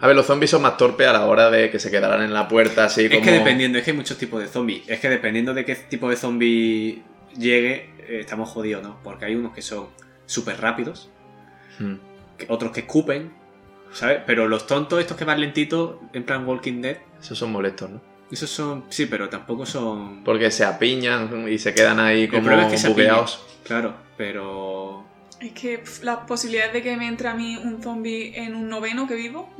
Speaker 2: a ver los zombies son más torpes a la hora de que se quedarán en la puerta así
Speaker 3: Es
Speaker 2: como
Speaker 3: que dependiendo, es que hay muchos tipos de zombies. Es que dependiendo de qué tipo de zombie llegue, eh, estamos jodidos, ¿no? Porque hay unos que son súper rápidos,
Speaker 2: Mm.
Speaker 3: que- otros que escupen, ¿sabes? Pero los tontos, estos que van lentitos, en plan Walking Dead,
Speaker 2: esos son molestos no
Speaker 3: esos son. Sí, pero tampoco son.
Speaker 2: porque se apiñan y se quedan ahí como
Speaker 3: problema es que se apiñan.
Speaker 2: bugueados
Speaker 3: Claro, pero.
Speaker 4: Es que pf, las posibilidades de que me entre a mí un zombie en un noveno que vivo.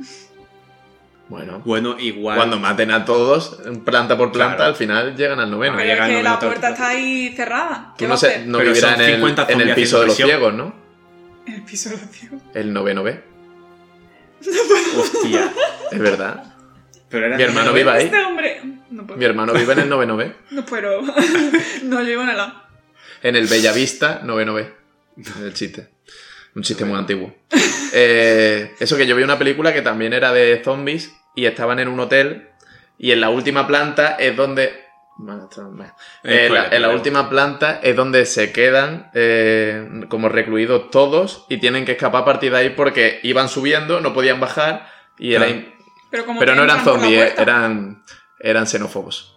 Speaker 2: bueno
Speaker 3: Bueno, igual.
Speaker 2: Cuando maten a todos, planta por planta,
Speaker 3: Claro.
Speaker 2: al final llegan al noveno.
Speaker 4: pero es
Speaker 3: llega el
Speaker 4: que
Speaker 3: noveno
Speaker 4: la
Speaker 3: todo el
Speaker 4: puerta
Speaker 3: rato.
Speaker 4: está ahí cerrada. ¿Qué
Speaker 2: Tú
Speaker 4: va
Speaker 2: no,
Speaker 4: a
Speaker 2: sé,
Speaker 4: hacer?
Speaker 2: no
Speaker 3: Pero
Speaker 2: vivirás en
Speaker 3: son
Speaker 2: el,
Speaker 3: 50
Speaker 2: en el
Speaker 3: zombies
Speaker 2: piso de los
Speaker 3: haciendo
Speaker 2: ciegos, ¿no?
Speaker 4: El piso de los ciegos.
Speaker 2: El noveno B.
Speaker 3: Hostia.
Speaker 2: Es verdad.
Speaker 3: Pero era
Speaker 2: Mi hermano viva
Speaker 3: viva
Speaker 2: ahí.
Speaker 4: Este hombre. No puedo.
Speaker 2: Mi hermano vive en el noveno B.
Speaker 4: No puedo. no, yo vivo en el A.
Speaker 2: En el Bellavista, noveno B. El chiste. Un chiste muy antiguo. Eh, eso que yo vi una película que también era de zombies y estaban en un hotel y en la última planta es donde... Bueno, esto no es- Eh, en la- en la última planta es donde se quedan eh, como recluidos todos y tienen que escapar a partir de ahí porque iban subiendo, no podían bajar y era
Speaker 3: Claro.
Speaker 2: im-
Speaker 4: Pero, como
Speaker 2: pero
Speaker 4: que
Speaker 2: no eran
Speaker 4: entran por la
Speaker 2: zombies, eh,
Speaker 4: puerta.
Speaker 2: eran, eran xenófobos.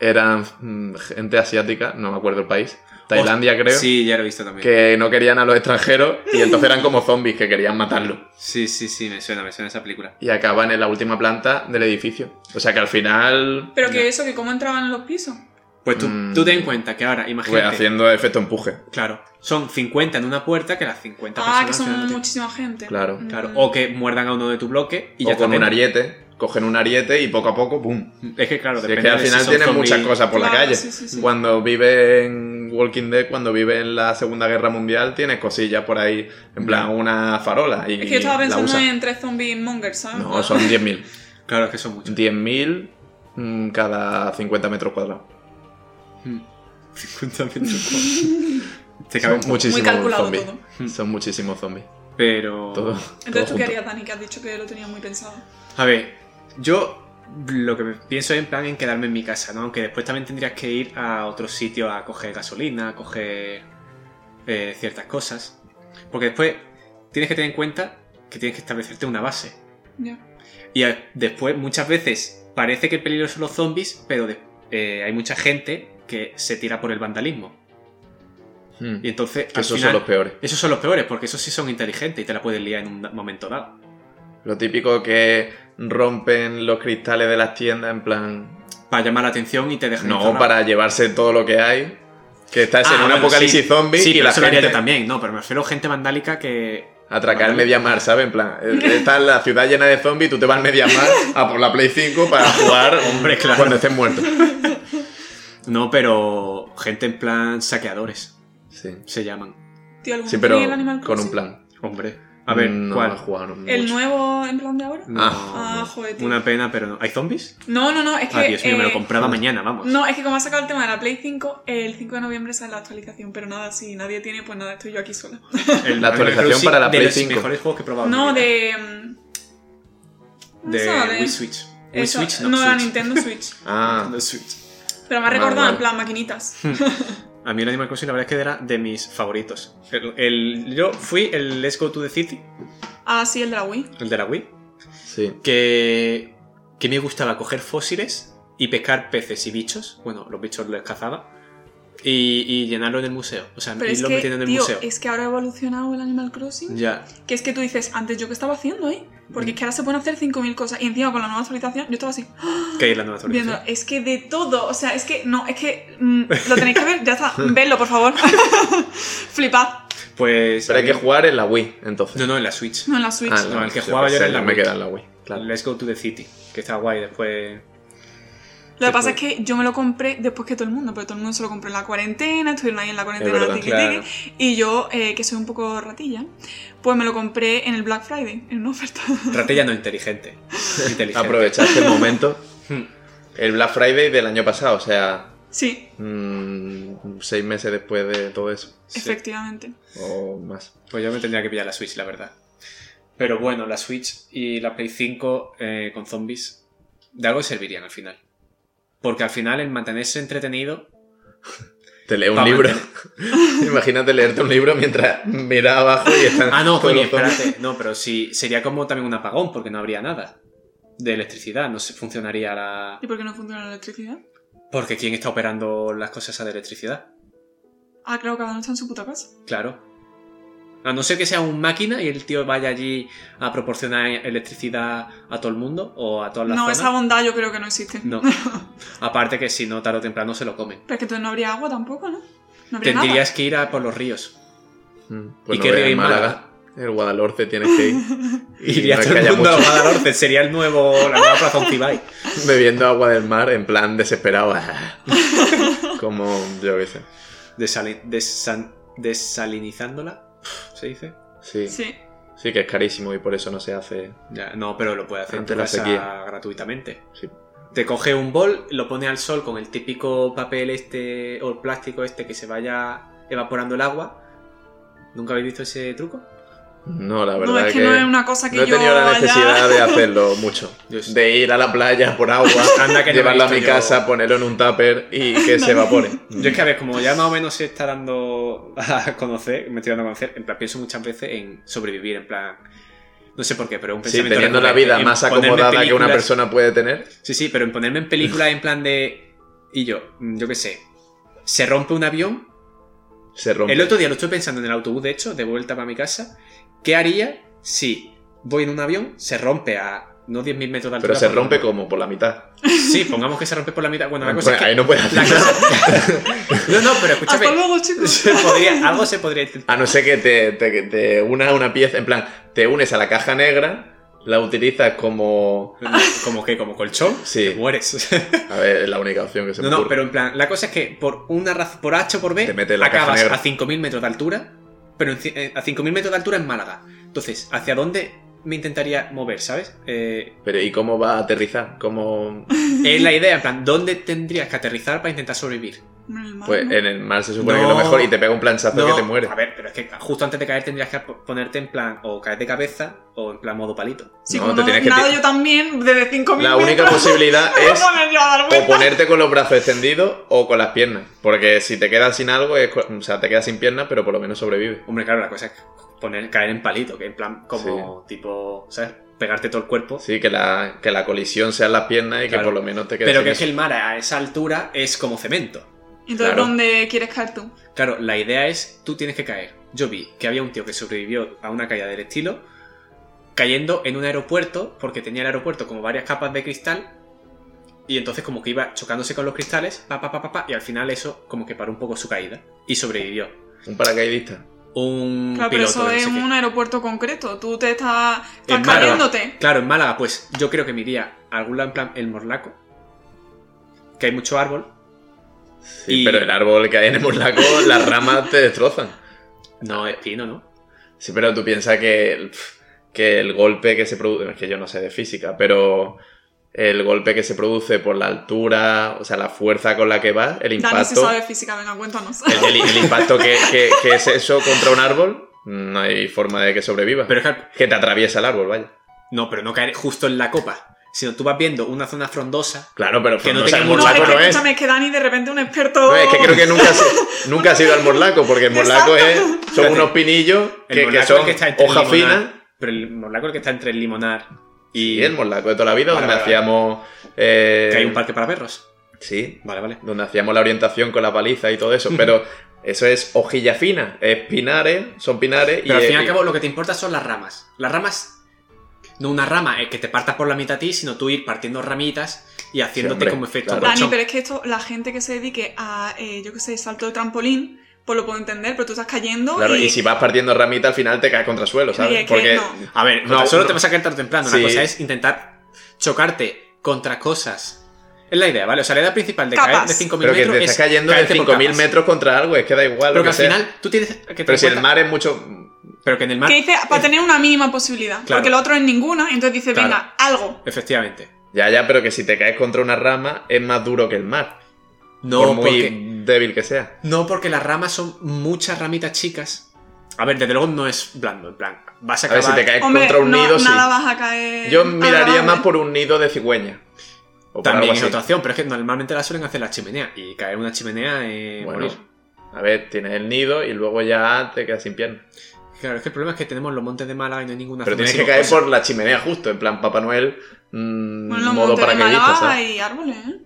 Speaker 2: Eran mm, gente asiática, no me acuerdo el país, Tailandia creo,
Speaker 3: Sí, ya lo he visto también.
Speaker 2: que no querían a los extranjeros y entonces eran como zombies que querían matarlos.
Speaker 3: Sí, sí, sí, me suena, me suena esa película.
Speaker 2: Y acaban en la última planta del edificio. O sea que al final...
Speaker 4: Pero
Speaker 3: Ya.
Speaker 4: que eso, que cómo entraban en los pisos.
Speaker 3: Pues tú,
Speaker 2: Mm.
Speaker 3: tú ten en cuenta que ahora,
Speaker 2: pues,
Speaker 3: imagínate.
Speaker 2: haciendo efecto empuje.
Speaker 3: Claro, son 50 en una puerta que las 50
Speaker 4: Ah, que
Speaker 3: personas.
Speaker 4: son
Speaker 3: fíjate.
Speaker 4: muchísima gente.
Speaker 2: Claro.
Speaker 4: Mm.
Speaker 3: Claro, o que muerdan a uno de tu bloque y
Speaker 2: o
Speaker 3: ya
Speaker 2: con un
Speaker 3: está dentro.
Speaker 2: ariete. Cogen un ariete y poco a poco, ¡pum!
Speaker 3: Es que claro,
Speaker 2: Si
Speaker 3: depende
Speaker 2: es que al
Speaker 3: de si
Speaker 2: final
Speaker 3: son
Speaker 2: tienen
Speaker 3: zombi-
Speaker 2: muchas cosas por la
Speaker 4: Claro,
Speaker 2: calle.
Speaker 4: sí, sí, sí.
Speaker 2: Cuando vive en Walking Dead, cuando vive en la Segunda Guerra Mundial, tienes cosillas por ahí, en plan una farola. Y
Speaker 4: Es que yo estaba
Speaker 2: la
Speaker 4: pensando
Speaker 2: usa.
Speaker 4: en tres zombies mongers, ¿sabes?
Speaker 2: No, son 10.000.
Speaker 3: Claro, es que son muchas.
Speaker 2: 10.000 mm, cada 50 metros cuadrados.
Speaker 3: Mm. 50 metros cuadrados.
Speaker 2: Son
Speaker 3: Te caben mucho.
Speaker 4: Muy
Speaker 2: muchísimos
Speaker 4: calculado
Speaker 2: zombies.
Speaker 4: todo.
Speaker 3: Mm.
Speaker 2: Son muchísimos zombies.
Speaker 3: Pero.
Speaker 2: Todo, todo
Speaker 4: Entonces, ¿tú
Speaker 2: junto.
Speaker 4: qué harías, Dani? Que has dicho que lo tenías muy pensado.
Speaker 3: A ver, yo lo que me pienso es en plan en quedarme en mi casa, ¿no? Aunque después también tendrías que ir a otro sitio a coger gasolina, a coger eh, ciertas cosas. Porque después tienes que tener en cuenta que tienes que establecerte una base.
Speaker 4: Ya.
Speaker 3: Y a- después, muchas veces, parece que el peligro son los zombies, pero de- eh, hay mucha gente que se tira por el vandalismo.
Speaker 2: Mm.
Speaker 3: Y entonces,
Speaker 2: Que
Speaker 3: al
Speaker 2: esos
Speaker 3: final,
Speaker 2: son los peores.
Speaker 3: esos son los peores, porque esos sí son inteligentes y te la pueden liar en un da- momento dado.
Speaker 2: Lo típico que rompen los cristales de las tiendas, en plan,
Speaker 3: Para llamar la atención y te dejan
Speaker 2: No,
Speaker 3: encerrado.
Speaker 2: para llevarse todo lo que hay. Que estás
Speaker 3: Ah,
Speaker 2: en un
Speaker 3: bueno,
Speaker 2: apocalipsis
Speaker 3: sí.
Speaker 2: zombie
Speaker 3: Sí,
Speaker 2: y
Speaker 3: pero
Speaker 2: la
Speaker 3: eso lo haría
Speaker 2: gente
Speaker 3: yo también, no, pero me refiero a gente vandálica que.
Speaker 2: atracar
Speaker 3: Vale.
Speaker 2: media mar, ¿sabes? En plan, eh, está la ciudad llena de zombies, tú te vas al media mar a por la Play 5 para jugar
Speaker 3: Hombre, claro.
Speaker 2: cuando estés muerto.
Speaker 3: No, pero gente en plan saqueadores
Speaker 2: Sí,
Speaker 3: se llaman.
Speaker 4: Tío, ¿algún
Speaker 2: sí pero
Speaker 4: día el animal
Speaker 2: con
Speaker 4: crossing?
Speaker 2: un plan.
Speaker 3: Hombre. A ver,
Speaker 2: no
Speaker 3: ¿cuál?
Speaker 2: lo he jugado mucho.
Speaker 4: ¿El nuevo en plan de ahora?
Speaker 3: No,
Speaker 2: Ah.
Speaker 4: Ah, joder, tío.
Speaker 3: una pena, pero no. ¿Hay zombies?
Speaker 4: No, no, no, es que.
Speaker 3: Ah, Dios mío, me lo
Speaker 4: eh,
Speaker 3: compraba mañana, vamos.
Speaker 4: No, es que como ha sacado el tema de la Play 5, el 5 de noviembre sale la actualización, pero nada, si nadie tiene, pues nada, estoy yo aquí sola.
Speaker 3: El
Speaker 2: La
Speaker 3: Animal
Speaker 2: actualización
Speaker 3: Crossing
Speaker 2: para la Play
Speaker 3: de los
Speaker 2: 5.
Speaker 3: mejores juegos que he probado. en mi
Speaker 4: No,
Speaker 3: vida.
Speaker 4: de. mm, No
Speaker 3: de
Speaker 4: sabe.
Speaker 3: Wii Switch. Wii
Speaker 4: Eso,
Speaker 3: Switch,
Speaker 4: no,
Speaker 3: no,
Speaker 4: la
Speaker 3: Switch. Ah,
Speaker 4: Nintendo Switch.
Speaker 2: Ah,
Speaker 3: Nintendo Switch.
Speaker 4: Pero me ha
Speaker 2: Vale,
Speaker 4: recordado
Speaker 2: vale.
Speaker 4: en plan maquinitas.
Speaker 3: A mí el Animal Crossing la verdad es que era de mis favoritos. El, el- yo fui el Let's Go to the City,
Speaker 4: Ah, sí, el de la Wii.
Speaker 3: el de la Wii,
Speaker 2: sí.
Speaker 3: que, que me gustaba coger fósiles y pescar peces y bichos. Bueno, los bichos los cazaba. Y, y llenarlo en el museo. O sea,
Speaker 4: Pero es
Speaker 3: irlo
Speaker 4: que,
Speaker 3: metiendo en el
Speaker 4: tío,
Speaker 3: museo.
Speaker 4: es que ahora ha evolucionado el Animal Crossing.
Speaker 3: Ya.
Speaker 4: Que es que tú dices, antes yo qué estaba haciendo, ¿eh? Porque es que ahora se pueden hacer 5.000 cosas. Y encima con la nueva actualización, yo estaba así,
Speaker 3: Que hay la nueva
Speaker 4: viendo,
Speaker 3: actualización.
Speaker 4: es que de todo, o sea, es que no, es que mm, lo tenéis que ver, ya está, vedlo, por favor. Flipad.
Speaker 3: Pues.
Speaker 2: Pero
Speaker 3: a
Speaker 2: hay que
Speaker 3: mí-
Speaker 2: jugar en la Wii, entonces.
Speaker 3: No, no, en la Switch.
Speaker 4: No, en la Switch.
Speaker 2: Ah,
Speaker 3: no, el que
Speaker 2: yo
Speaker 3: jugaba
Speaker 2: qué
Speaker 3: yo
Speaker 2: sé,
Speaker 3: era en la
Speaker 2: yo me
Speaker 3: Wii.
Speaker 2: quedé en la Wii. Claro.
Speaker 3: Let's Go to the City. Que está guay después.
Speaker 4: Lo que pasa es
Speaker 3: Después.
Speaker 4: que yo me lo compré después que todo el mundo, pero todo el mundo se lo compró en la cuarentena, estuvieron ahí en la cuarentena,
Speaker 2: verdad,
Speaker 4: tiqui,
Speaker 3: claro.
Speaker 4: tiqui, y yo, eh, que soy un poco ratilla, pues me lo compré en el Black Friday, en una oferta.
Speaker 3: Ratella no inteligente. inteligente.
Speaker 2: Aprovechaste el momento.
Speaker 3: Hmm.
Speaker 2: El Black Friday del año pasado, o sea,
Speaker 4: sí,
Speaker 2: mm, seis meses después de todo eso,
Speaker 3: Sí.
Speaker 4: efectivamente.
Speaker 2: o más.
Speaker 3: Pues yo me tendría que pillar la Switch, la verdad. Pero bueno, la Switch y la Play 5 eh, con zombies de algo servirían al final. Porque al final el mantenerse entretenido...
Speaker 2: Te leo un
Speaker 3: Pa'
Speaker 2: libro. Imagínate leerte un libro mientras mira abajo y están.
Speaker 3: Ah, no,
Speaker 2: todos
Speaker 3: coño,
Speaker 2: los zombies.
Speaker 3: espérate. No, pero sí, sería como también un apagón porque no habría nada de electricidad. No se funcionaría la...
Speaker 4: ¿Y por qué no funciona la electricidad?
Speaker 3: Porque ¿quién está operando las cosas esas de electricidad?
Speaker 4: Ah, claro, cada uno está en su puta casa.
Speaker 3: Claro. A no ser que sea un máquina y el tío vaya allí a proporcionar electricidad a todo el mundo o a todas las
Speaker 4: No,
Speaker 3: zonas.
Speaker 4: esa bondad yo creo que no existe.
Speaker 3: No. Aparte que si no, tarde o temprano se lo comen.
Speaker 4: Pero es que entonces no habría agua tampoco, ¿no? No habría
Speaker 3: Tendrías que ir a por los ríos.
Speaker 2: Mm, Pues
Speaker 3: ¿Y
Speaker 2: no
Speaker 3: qué
Speaker 2: veas,
Speaker 3: río hay en Málaga?
Speaker 2: El Guadalhorce tienes que ir.
Speaker 3: Iría
Speaker 2: no es
Speaker 3: todo
Speaker 2: que
Speaker 3: el
Speaker 2: haya
Speaker 3: mundo a
Speaker 2: mucho.
Speaker 3: Guadalhorce. Sería el nuevo, la nueva plaza Uncibay.
Speaker 2: Bebiendo agua del mar en plan desesperado. Como yo qué sé.
Speaker 3: Desali- desan- desalinizándola, se dice.
Speaker 2: Sí,
Speaker 4: nada. Sí.
Speaker 2: sí que es carísimo y por eso no se hace.
Speaker 3: Ya, no, pero lo puede hacer en
Speaker 2: Ante
Speaker 3: tu
Speaker 2: la
Speaker 3: casa
Speaker 2: sequía.
Speaker 3: gratuitamente.
Speaker 2: Sí.
Speaker 3: Te coge un bol, lo pone al sol con el típico papel este o el plástico este que se vaya evaporando el agua. ¿Nunca habéis visto ese truco?
Speaker 2: No, la verdad
Speaker 4: No, es que, no es una cosa que
Speaker 2: no he
Speaker 4: yo
Speaker 2: tenido la
Speaker 4: vaya-
Speaker 2: necesidad de hacerlo mucho.
Speaker 3: Yo sí.
Speaker 2: De ir a la playa por agua,
Speaker 3: Anda que no
Speaker 2: llevarlo
Speaker 3: he
Speaker 2: a mi
Speaker 3: visto yo.
Speaker 2: casa, ponerlo en un tupper y que se evapore.
Speaker 3: Yo es que a ver, como ya más o menos se está dando a conocer, me estoy dando a conocer, en plan, pienso muchas veces en sobrevivir, en plan. No sé por qué, pero un
Speaker 2: Sí,
Speaker 3: pensamiento.
Speaker 2: teniendo la
Speaker 3: recurrente,
Speaker 2: vida
Speaker 3: en
Speaker 2: más
Speaker 3: ponerme
Speaker 2: acomodada que una
Speaker 3: películas-
Speaker 2: persona puede tener.
Speaker 3: Sí, sí, pero en ponerme en películas en plan de. Y yo, mm, yo qué sé. Se rompe un avión.
Speaker 2: Se rompe.
Speaker 3: El otro día lo estoy pensando en el autobús, de hecho, de vuelta para mi casa. ¿Qué haría si voy en un avión, se rompe a no 10.000 metros de altura?
Speaker 2: Pero se
Speaker 3: porque-
Speaker 2: rompe como por la mitad. Pues
Speaker 3: Sí, pongamos que se rompe por la mitad. Bueno, la cosa es que.
Speaker 2: ahí no puede hacer
Speaker 3: la
Speaker 2: nada.
Speaker 3: cosa- No, no, pero escúchame.
Speaker 4: Hasta luego, chicos.
Speaker 3: Se podría- algo se podría intentar.
Speaker 2: A no ser que te, te, te unas a una pieza, en plan, te unes a la caja negra, la utilizas como...
Speaker 3: ¿Como que ¿Como colchón?
Speaker 2: Sí.
Speaker 3: Te mueres.
Speaker 2: A ver, es la única opción que se
Speaker 3: no,
Speaker 2: me
Speaker 3: no,
Speaker 2: ocurre.
Speaker 3: pero en plan, la cosa es que por una raz- por H o por B,
Speaker 2: Te mete en la caja
Speaker 3: acabas
Speaker 2: negra.
Speaker 3: a 5.000 metros de altura, pero en ci- eh, a 5.000 metros de altura en Málaga. Entonces, ¿hacia dónde me intentaría mover, sabes? Eh,
Speaker 2: Pero ¿y cómo va a aterrizar? ¿Cómo...?
Speaker 3: es la idea, en plan, ¿dónde tendrías que aterrizar para intentar sobrevivir?
Speaker 4: No, en el mar,
Speaker 2: Pues
Speaker 4: ¿no?
Speaker 2: en el mar se supone que
Speaker 3: No.
Speaker 2: lo mejor y te pega un planchazo que te muere.
Speaker 3: A ver, pero es que justo antes de caer tendrías que po- ponerte en plan, o caer de cabeza, o en plan modo palito.
Speaker 4: Sí,
Speaker 2: no,
Speaker 4: como
Speaker 2: te
Speaker 4: no,
Speaker 2: tienes que
Speaker 4: nado
Speaker 2: ti-
Speaker 4: yo también, desde 5.000
Speaker 2: La única
Speaker 4: metros,
Speaker 2: posibilidad
Speaker 4: me voy a
Speaker 2: es
Speaker 4: poner yo a dar
Speaker 2: o
Speaker 4: vueltas.
Speaker 2: ponerte con los brazos extendidos o con las piernas. Porque si te quedas sin algo, es co- o sea, te quedas sin piernas, pero por lo menos sobrevive.
Speaker 3: Hombre, claro, la cosa es poner, caer en palito, que en plan, como tipo, ¿sabes? Pegarte todo el cuerpo.
Speaker 2: Sí, que la, que la colisión sean las piernas y
Speaker 3: Claro.
Speaker 2: que por lo menos te quedes
Speaker 3: Pero
Speaker 2: sin
Speaker 3: que es que
Speaker 2: eso.
Speaker 3: el mar a esa altura es como cemento.
Speaker 4: Entonces,
Speaker 2: Claro.
Speaker 4: ¿dónde quieres caer tú?
Speaker 3: Claro, la idea es, tú tienes que caer. Yo vi que había un tío que sobrevivió a una caída del estilo, cayendo en un aeropuerto, porque tenía el aeropuerto como varias capas de cristal, y entonces como que iba chocándose con los cristales, pa, pa, pa, pa, pa, y al final eso como que paró un poco su caída, y sobrevivió.
Speaker 2: Un paracaidista.
Speaker 3: Un
Speaker 4: Claro, pero
Speaker 3: piloto
Speaker 4: eso
Speaker 3: de no
Speaker 4: es
Speaker 3: sé qué.
Speaker 4: un aeropuerto concreto. Tú te estás, estás
Speaker 3: En Málaga.
Speaker 4: cayéndote.
Speaker 3: Claro, en Málaga, pues yo creo que me iría a algún lado en plan el Morlaco, que hay mucho árbol.
Speaker 2: Sí,
Speaker 3: Y-
Speaker 2: pero el árbol que hay en el Morlaco, las ramas te destrozan.
Speaker 3: No, espino, ¿no?
Speaker 2: Sí, pero tú piensas que, pf, que el golpe que se produce, es que yo no sé de física, pero el golpe que se produce por la altura, o sea, la fuerza con la que va, el impacto...
Speaker 4: Dani se sabe física, venga, cuéntanos.
Speaker 2: El, el- el impacto que, que- que es eso contra un árbol, no hay forma de que sobreviva.
Speaker 3: Pero es que
Speaker 2: que te atraviesa el árbol, vaya.
Speaker 3: No, pero no caer justo en la copa. Sino tú vas viendo una zona frondosa.
Speaker 2: Claro, pero
Speaker 3: Que no
Speaker 2: o sea,
Speaker 3: tenga
Speaker 2: el
Speaker 4: No,
Speaker 3: mucho-
Speaker 4: es
Speaker 2: morlaco
Speaker 4: que
Speaker 2: no es.
Speaker 4: escúchame, es que Dani de repente un experto.
Speaker 2: No, es que creo que nunca, se- nunca ha sido el morlaco, porque el morlaco es, son unos pinillos
Speaker 3: El
Speaker 2: que, que
Speaker 3: morlaco
Speaker 2: son
Speaker 3: que está entre el
Speaker 2: hoja
Speaker 3: limonar,
Speaker 2: fina.
Speaker 3: Pero el morlaco es el que está entre el limonar y.
Speaker 2: Y el morlaco de toda la vida,
Speaker 3: Vale,
Speaker 2: donde
Speaker 3: vale, vale.
Speaker 2: hacíamos. eh,
Speaker 3: Que hay un parque para perros.
Speaker 2: Sí,
Speaker 3: Vale, vale.
Speaker 2: donde hacíamos la orientación con la paliza y todo eso, pero eso es hojilla fina, es pinares, son pinares
Speaker 3: Pero
Speaker 2: y,
Speaker 3: al fin y al
Speaker 2: y-
Speaker 3: cabo lo que te importa son las ramas. Las ramas. No una rama es que te partas por la mitad a ti, sino tú ir partiendo ramitas y haciéndote
Speaker 2: hombre,
Speaker 3: como efecto
Speaker 2: claro.
Speaker 3: colchón.
Speaker 4: Dani, pero es que esto, la gente que se dedique a, eh, yo qué sé, salto de trampolín, pues lo puedo entender, pero tú estás cayendo
Speaker 2: claro,
Speaker 4: y,
Speaker 2: y si vas partiendo ramita al final te caes contra suelo,
Speaker 4: y es
Speaker 2: ¿sabes?
Speaker 4: que
Speaker 2: Porque
Speaker 4: no.
Speaker 3: A ver,
Speaker 2: No,
Speaker 3: contra el suelo
Speaker 2: no.
Speaker 3: te vas a caer tarde o temprano.
Speaker 2: Sí.
Speaker 3: La cosa es intentar chocarte contra cosas. Es la idea, ¿vale? O sea, la idea principal de caer
Speaker 4: Capas.
Speaker 3: de 5.000
Speaker 2: Pero que
Speaker 3: metros
Speaker 2: te
Speaker 3: es
Speaker 2: estás cayendo de
Speaker 3: caerte por
Speaker 2: 5.000
Speaker 3: capas.
Speaker 2: metros contra algo, es que da igual.
Speaker 3: Pero
Speaker 2: lo
Speaker 3: que al
Speaker 2: sea.
Speaker 3: final tú tienes que tener
Speaker 2: Pero si el
Speaker 3: cuenta-
Speaker 2: mar es mucho.
Speaker 3: Pero que en el mar.
Speaker 4: Que dice, para tener una mínima posibilidad,
Speaker 3: Claro.
Speaker 4: porque el otro es ninguna, y entonces dice,
Speaker 3: Claro.
Speaker 4: venga, algo.
Speaker 3: Efectivamente.
Speaker 2: Ya, ya, pero que si te caes contra una rama es más duro que el mar.
Speaker 3: No,
Speaker 2: por muy
Speaker 3: porque,
Speaker 2: débil que sea.
Speaker 3: no porque las ramas son muchas ramitas chicas. A ver, desde luego no es blando, en plan. Vas a
Speaker 2: A ver,
Speaker 3: acabar.
Speaker 2: si te caes
Speaker 4: Hombre,
Speaker 2: contra un
Speaker 4: no,
Speaker 2: nido, sí.
Speaker 4: nada vas a caer.
Speaker 2: Yo
Speaker 4: a la
Speaker 2: miraría
Speaker 4: grande.
Speaker 2: más por un nido de cigüeña. O por algo
Speaker 3: También es
Speaker 2: así.
Speaker 3: otra opción, pero es que normalmente la suelen hacer la chimenea. Y caer en una chimenea eh,
Speaker 2: Bueno.
Speaker 3: morir.
Speaker 2: A ver, tienes el nido y luego ya te quedas sin pierna.
Speaker 3: Claro, es que el problema es que tenemos los montes de Málaga y no hay ninguna
Speaker 2: Pero
Speaker 3: zona
Speaker 2: tienes que
Speaker 3: así
Speaker 2: caer
Speaker 3: rocosa.
Speaker 2: por la chimenea justo, en plan Papá Noel, mm,
Speaker 4: Bueno, los
Speaker 2: modo
Speaker 4: montes de
Speaker 2: paracaidista,
Speaker 4: Málaga
Speaker 2: ¿sabes?
Speaker 4: hay árboles, ¿eh?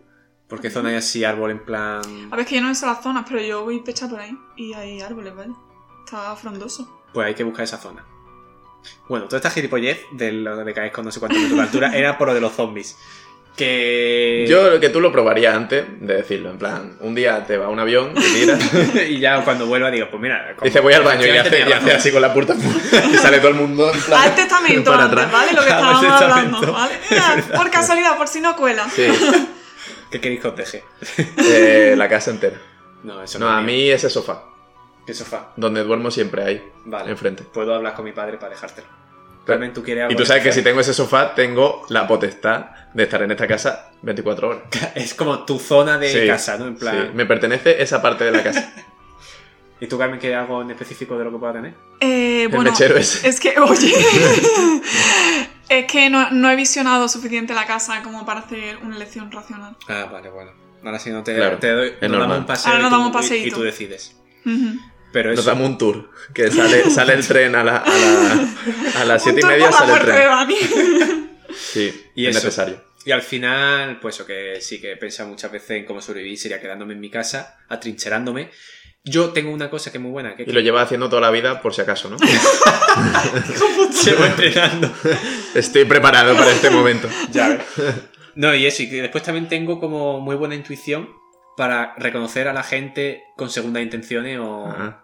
Speaker 3: Porque zona hay así árbol en plan.
Speaker 4: A ver, es que yo no sé las zonas, pero yo voy pecha por ahí y hay árboles, ¿vale? Está frondoso.
Speaker 3: Pues hay que buscar esa zona. Bueno, toda esta gilipollez de lo de caes con no sé cuánto metros de altura era por lo de los zombies. Que.
Speaker 2: Yo lo que tú lo probaría antes de decirlo, en plan, un día te va un avión, te tiras,
Speaker 3: y ya cuando vuelva digo, pues mira. como-
Speaker 2: dice voy al baño y
Speaker 3: Efectivamente
Speaker 2: hace,
Speaker 3: tenía
Speaker 2: y hace
Speaker 3: razón.
Speaker 2: así con la puerta y sale todo el mundo en plan...
Speaker 4: Al testamento
Speaker 2: para
Speaker 4: antes,
Speaker 2: atrás.
Speaker 4: ¿vale? Lo que
Speaker 3: Claro, al
Speaker 4: estábamos hablando,
Speaker 3: testamento.
Speaker 4: ¿vale? Mira, por casualidad, por si no cuela.
Speaker 2: Sí,
Speaker 3: ¿Qué queréis que os deje?
Speaker 2: eh, la casa entera.
Speaker 3: No, eso
Speaker 2: No, a mí ese sofá,
Speaker 3: ¿Qué sofá?
Speaker 2: donde duermo siempre ahí,
Speaker 3: Vale.
Speaker 2: enfrente.
Speaker 3: Puedo hablar con mi padre para dejártelo. Realmente tú quieres
Speaker 2: Y
Speaker 3: algo
Speaker 2: tú sabes que si
Speaker 3: especial.
Speaker 2: tengo ese sofá, tengo la potestad de estar en esta casa 24 horas.
Speaker 3: Es como tu zona de
Speaker 2: Sí,
Speaker 3: casa, ¿no? En
Speaker 2: Sí,
Speaker 3: plan.
Speaker 2: me pertenece esa parte de la casa.
Speaker 3: ¿Y tú, Carmen, quieres algo en específico de lo que pueda tener?
Speaker 4: Eh,
Speaker 2: El
Speaker 4: bueno,
Speaker 2: mechero ese.
Speaker 4: es que, oye, es que no, no he visionado suficiente la casa como para hacer una elección racional.
Speaker 3: Ah, vale, bueno. Ahora sí no te,
Speaker 2: Claro,
Speaker 3: te doy.
Speaker 2: es
Speaker 3: Nos damos
Speaker 2: normal.
Speaker 3: un paseo.
Speaker 4: Ahora
Speaker 3: y
Speaker 4: nos
Speaker 3: tú-
Speaker 4: damos un
Speaker 3: y- Y,
Speaker 4: paseíto.
Speaker 3: tú decides.
Speaker 4: Ujú.
Speaker 3: Pero
Speaker 2: Nos
Speaker 3: eso.
Speaker 2: damos un tour, que sale, sale el tren a, la- a, la- a las 7 y
Speaker 4: Un tour
Speaker 2: media
Speaker 4: por la
Speaker 2: sale el
Speaker 4: muerte de
Speaker 2: tren.
Speaker 4: Dani.
Speaker 2: Sí,
Speaker 3: Y
Speaker 2: es
Speaker 3: eso.
Speaker 2: necesario.
Speaker 3: Y al final, pues, o que sí que he pensado muchas veces en cómo sobrevivir, sería quedándome en mi casa, atrincherándome. Yo tengo una cosa que es muy buena, que,
Speaker 2: Y lo llevas haciendo toda la vida por si acaso, ¿no?
Speaker 3: se va entrenando.
Speaker 2: Estoy preparado para este momento.
Speaker 3: Ya No, y eso, y que después también tengo como muy buena intuición para reconocer a la gente con segundas intenciones o...
Speaker 2: Ah.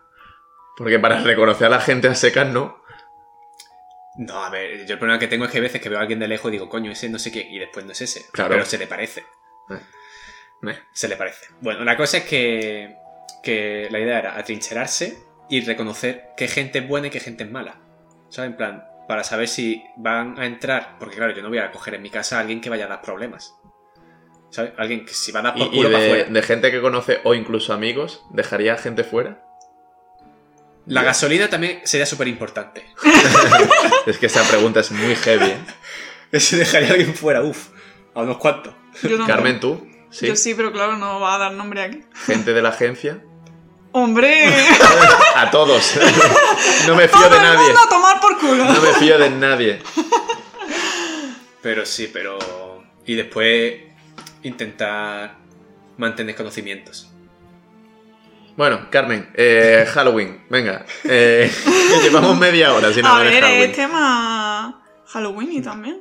Speaker 2: Porque para reconocer a la gente a secas, no.
Speaker 3: No, a ver, yo el problema que tengo es que hay veces que veo a alguien de lejos y digo, coño, ese no sé qué, y después no es ese.
Speaker 2: Claro.
Speaker 3: Pero se le parece.
Speaker 2: Eh. Eh.
Speaker 3: Se le parece. Bueno, la cosa es que, que la idea era atrincherarse y reconocer qué gente es buena y qué gente es mala. ¿Sabes? En plan, para saber si van a entrar, porque claro, yo no voy a coger en mi casa a alguien que vaya a dar problemas. ¿Sabes? Alguien que si va a dar por
Speaker 2: Y, y
Speaker 3: culo Ah, para
Speaker 2: de,
Speaker 3: afuera.
Speaker 2: de gente que conoce o incluso amigos, ¿dejaría gente fuera?
Speaker 3: La gasolina también sería súper importante.
Speaker 2: Es que esa pregunta es muy heavy. ¿eh?
Speaker 3: Si dejaría a alguien fuera, uff, a unos cuantos.
Speaker 4: Yo no.
Speaker 2: Carmen, ¿tú? Sí.
Speaker 4: Yo sí, pero claro, no va a dar nombre aquí.
Speaker 2: Gente de la agencia.
Speaker 4: ¡Hombre!
Speaker 2: A todos. No me fío
Speaker 4: ¡Todo
Speaker 2: de
Speaker 4: el
Speaker 2: nadie.
Speaker 4: mundo a tomar por culo!
Speaker 2: No me fío de nadie.
Speaker 3: Pero sí, pero. Y después intentar mantener conocimientos.
Speaker 2: Bueno, Carmen, eh, Halloween, venga. eh, llevamos media hora sin
Speaker 4: A
Speaker 2: hablar de
Speaker 4: ver, eh,
Speaker 2: Halloween.
Speaker 4: es tema Halloween y también.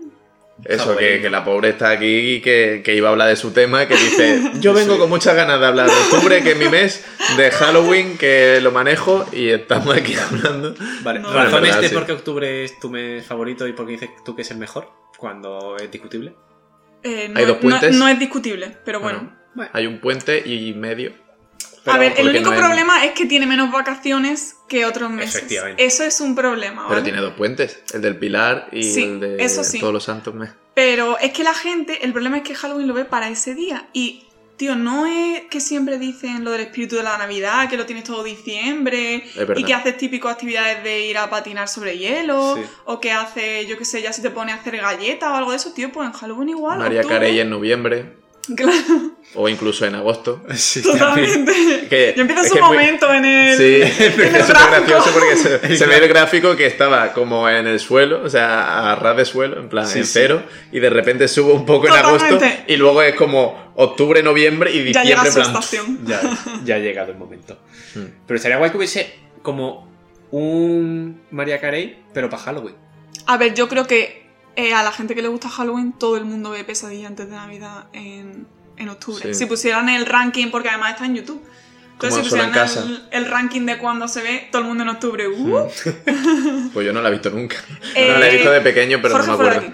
Speaker 2: Eso, que,
Speaker 3: Halloween.
Speaker 2: que la pobre está aquí y que, que iba a hablar de su tema, que dice, yo vengo
Speaker 3: Sí.
Speaker 2: con muchas ganas de hablar de octubre, que es mi mes, de Halloween, que lo manejo y estamos aquí hablando.
Speaker 3: Vale,
Speaker 4: No.
Speaker 3: razón
Speaker 2: Bueno, en
Speaker 3: este
Speaker 2: verdad, sí.
Speaker 3: porque octubre es tu mes favorito y porque dices tú que es el mejor, cuando es discutible.
Speaker 4: Eh, no,
Speaker 2: Hay dos
Speaker 4: no-
Speaker 2: puentes.
Speaker 4: no es discutible, pero bueno.
Speaker 2: Bueno, Hay un puente y medio.
Speaker 3: Pero
Speaker 4: a ver, el
Speaker 2: porque
Speaker 4: único
Speaker 2: no hay-
Speaker 4: problema es que tiene menos vacaciones que otros meses.
Speaker 3: Efectivamente.
Speaker 4: Eso es un problema,
Speaker 2: Pero
Speaker 4: ¿vale?
Speaker 2: tiene dos puentes, el del Pilar y
Speaker 4: Sí,
Speaker 2: el de
Speaker 4: eso sí.
Speaker 2: Todos los Santos Meses.
Speaker 4: Pero es que la gente, el problema es que Halloween lo ve para ese día. Y, tío, no es que siempre dicen lo del espíritu de la Navidad, que lo tienes todo diciembre,
Speaker 2: Es verdad.
Speaker 4: y que haces típico actividades de ir a patinar sobre hielo,
Speaker 3: Sí.
Speaker 4: o que haces, yo qué sé, ya si te pones a hacer galletas o algo de eso, tío, pues en Halloween igual.
Speaker 2: María
Speaker 4: octubre.
Speaker 2: Carey en noviembre
Speaker 4: Claro,
Speaker 2: o incluso en agosto.
Speaker 3: Sí, también.
Speaker 4: totalmente.
Speaker 2: Que-
Speaker 4: Yo empiezo
Speaker 2: es
Speaker 4: su
Speaker 2: que es muy-
Speaker 4: momento en el.
Speaker 2: Sí, es súper
Speaker 4: gráfico.
Speaker 2: gracioso porque se,
Speaker 3: El
Speaker 2: se ve el gráfico que estaba como en el suelo, o sea, a ras de suelo, en plan
Speaker 3: Sí,
Speaker 2: en
Speaker 3: sí.
Speaker 2: cero, y de repente sube un poco en agosto,
Speaker 4: Totalmente.
Speaker 2: y luego es como octubre, noviembre y
Speaker 4: Ya llega
Speaker 2: diciembre,
Speaker 4: a
Speaker 2: en
Speaker 4: su
Speaker 2: plan.
Speaker 4: estación.
Speaker 3: Ya, ya ha llegado el momento.
Speaker 2: Mm.
Speaker 3: Pero estaría guay que hubiese como un María Carey, pero para Halloween.
Speaker 4: A ver, yo creo que eh, a la gente que le gusta Halloween, todo el mundo ve pesadilla antes de Navidad en, en octubre.
Speaker 2: Sí.
Speaker 4: Si pusieran el ranking, porque además está en YouTube.
Speaker 2: Como
Speaker 4: Entonces, si
Speaker 2: solo en
Speaker 4: pusieran
Speaker 2: casa.
Speaker 4: el, el ranking de cuando se ve, todo el mundo en octubre. ¡uh!
Speaker 2: Pues yo no la he visto nunca. no la he
Speaker 4: Eh,
Speaker 2: visto de pequeño, pero
Speaker 4: Jorge
Speaker 2: no me acuerdo.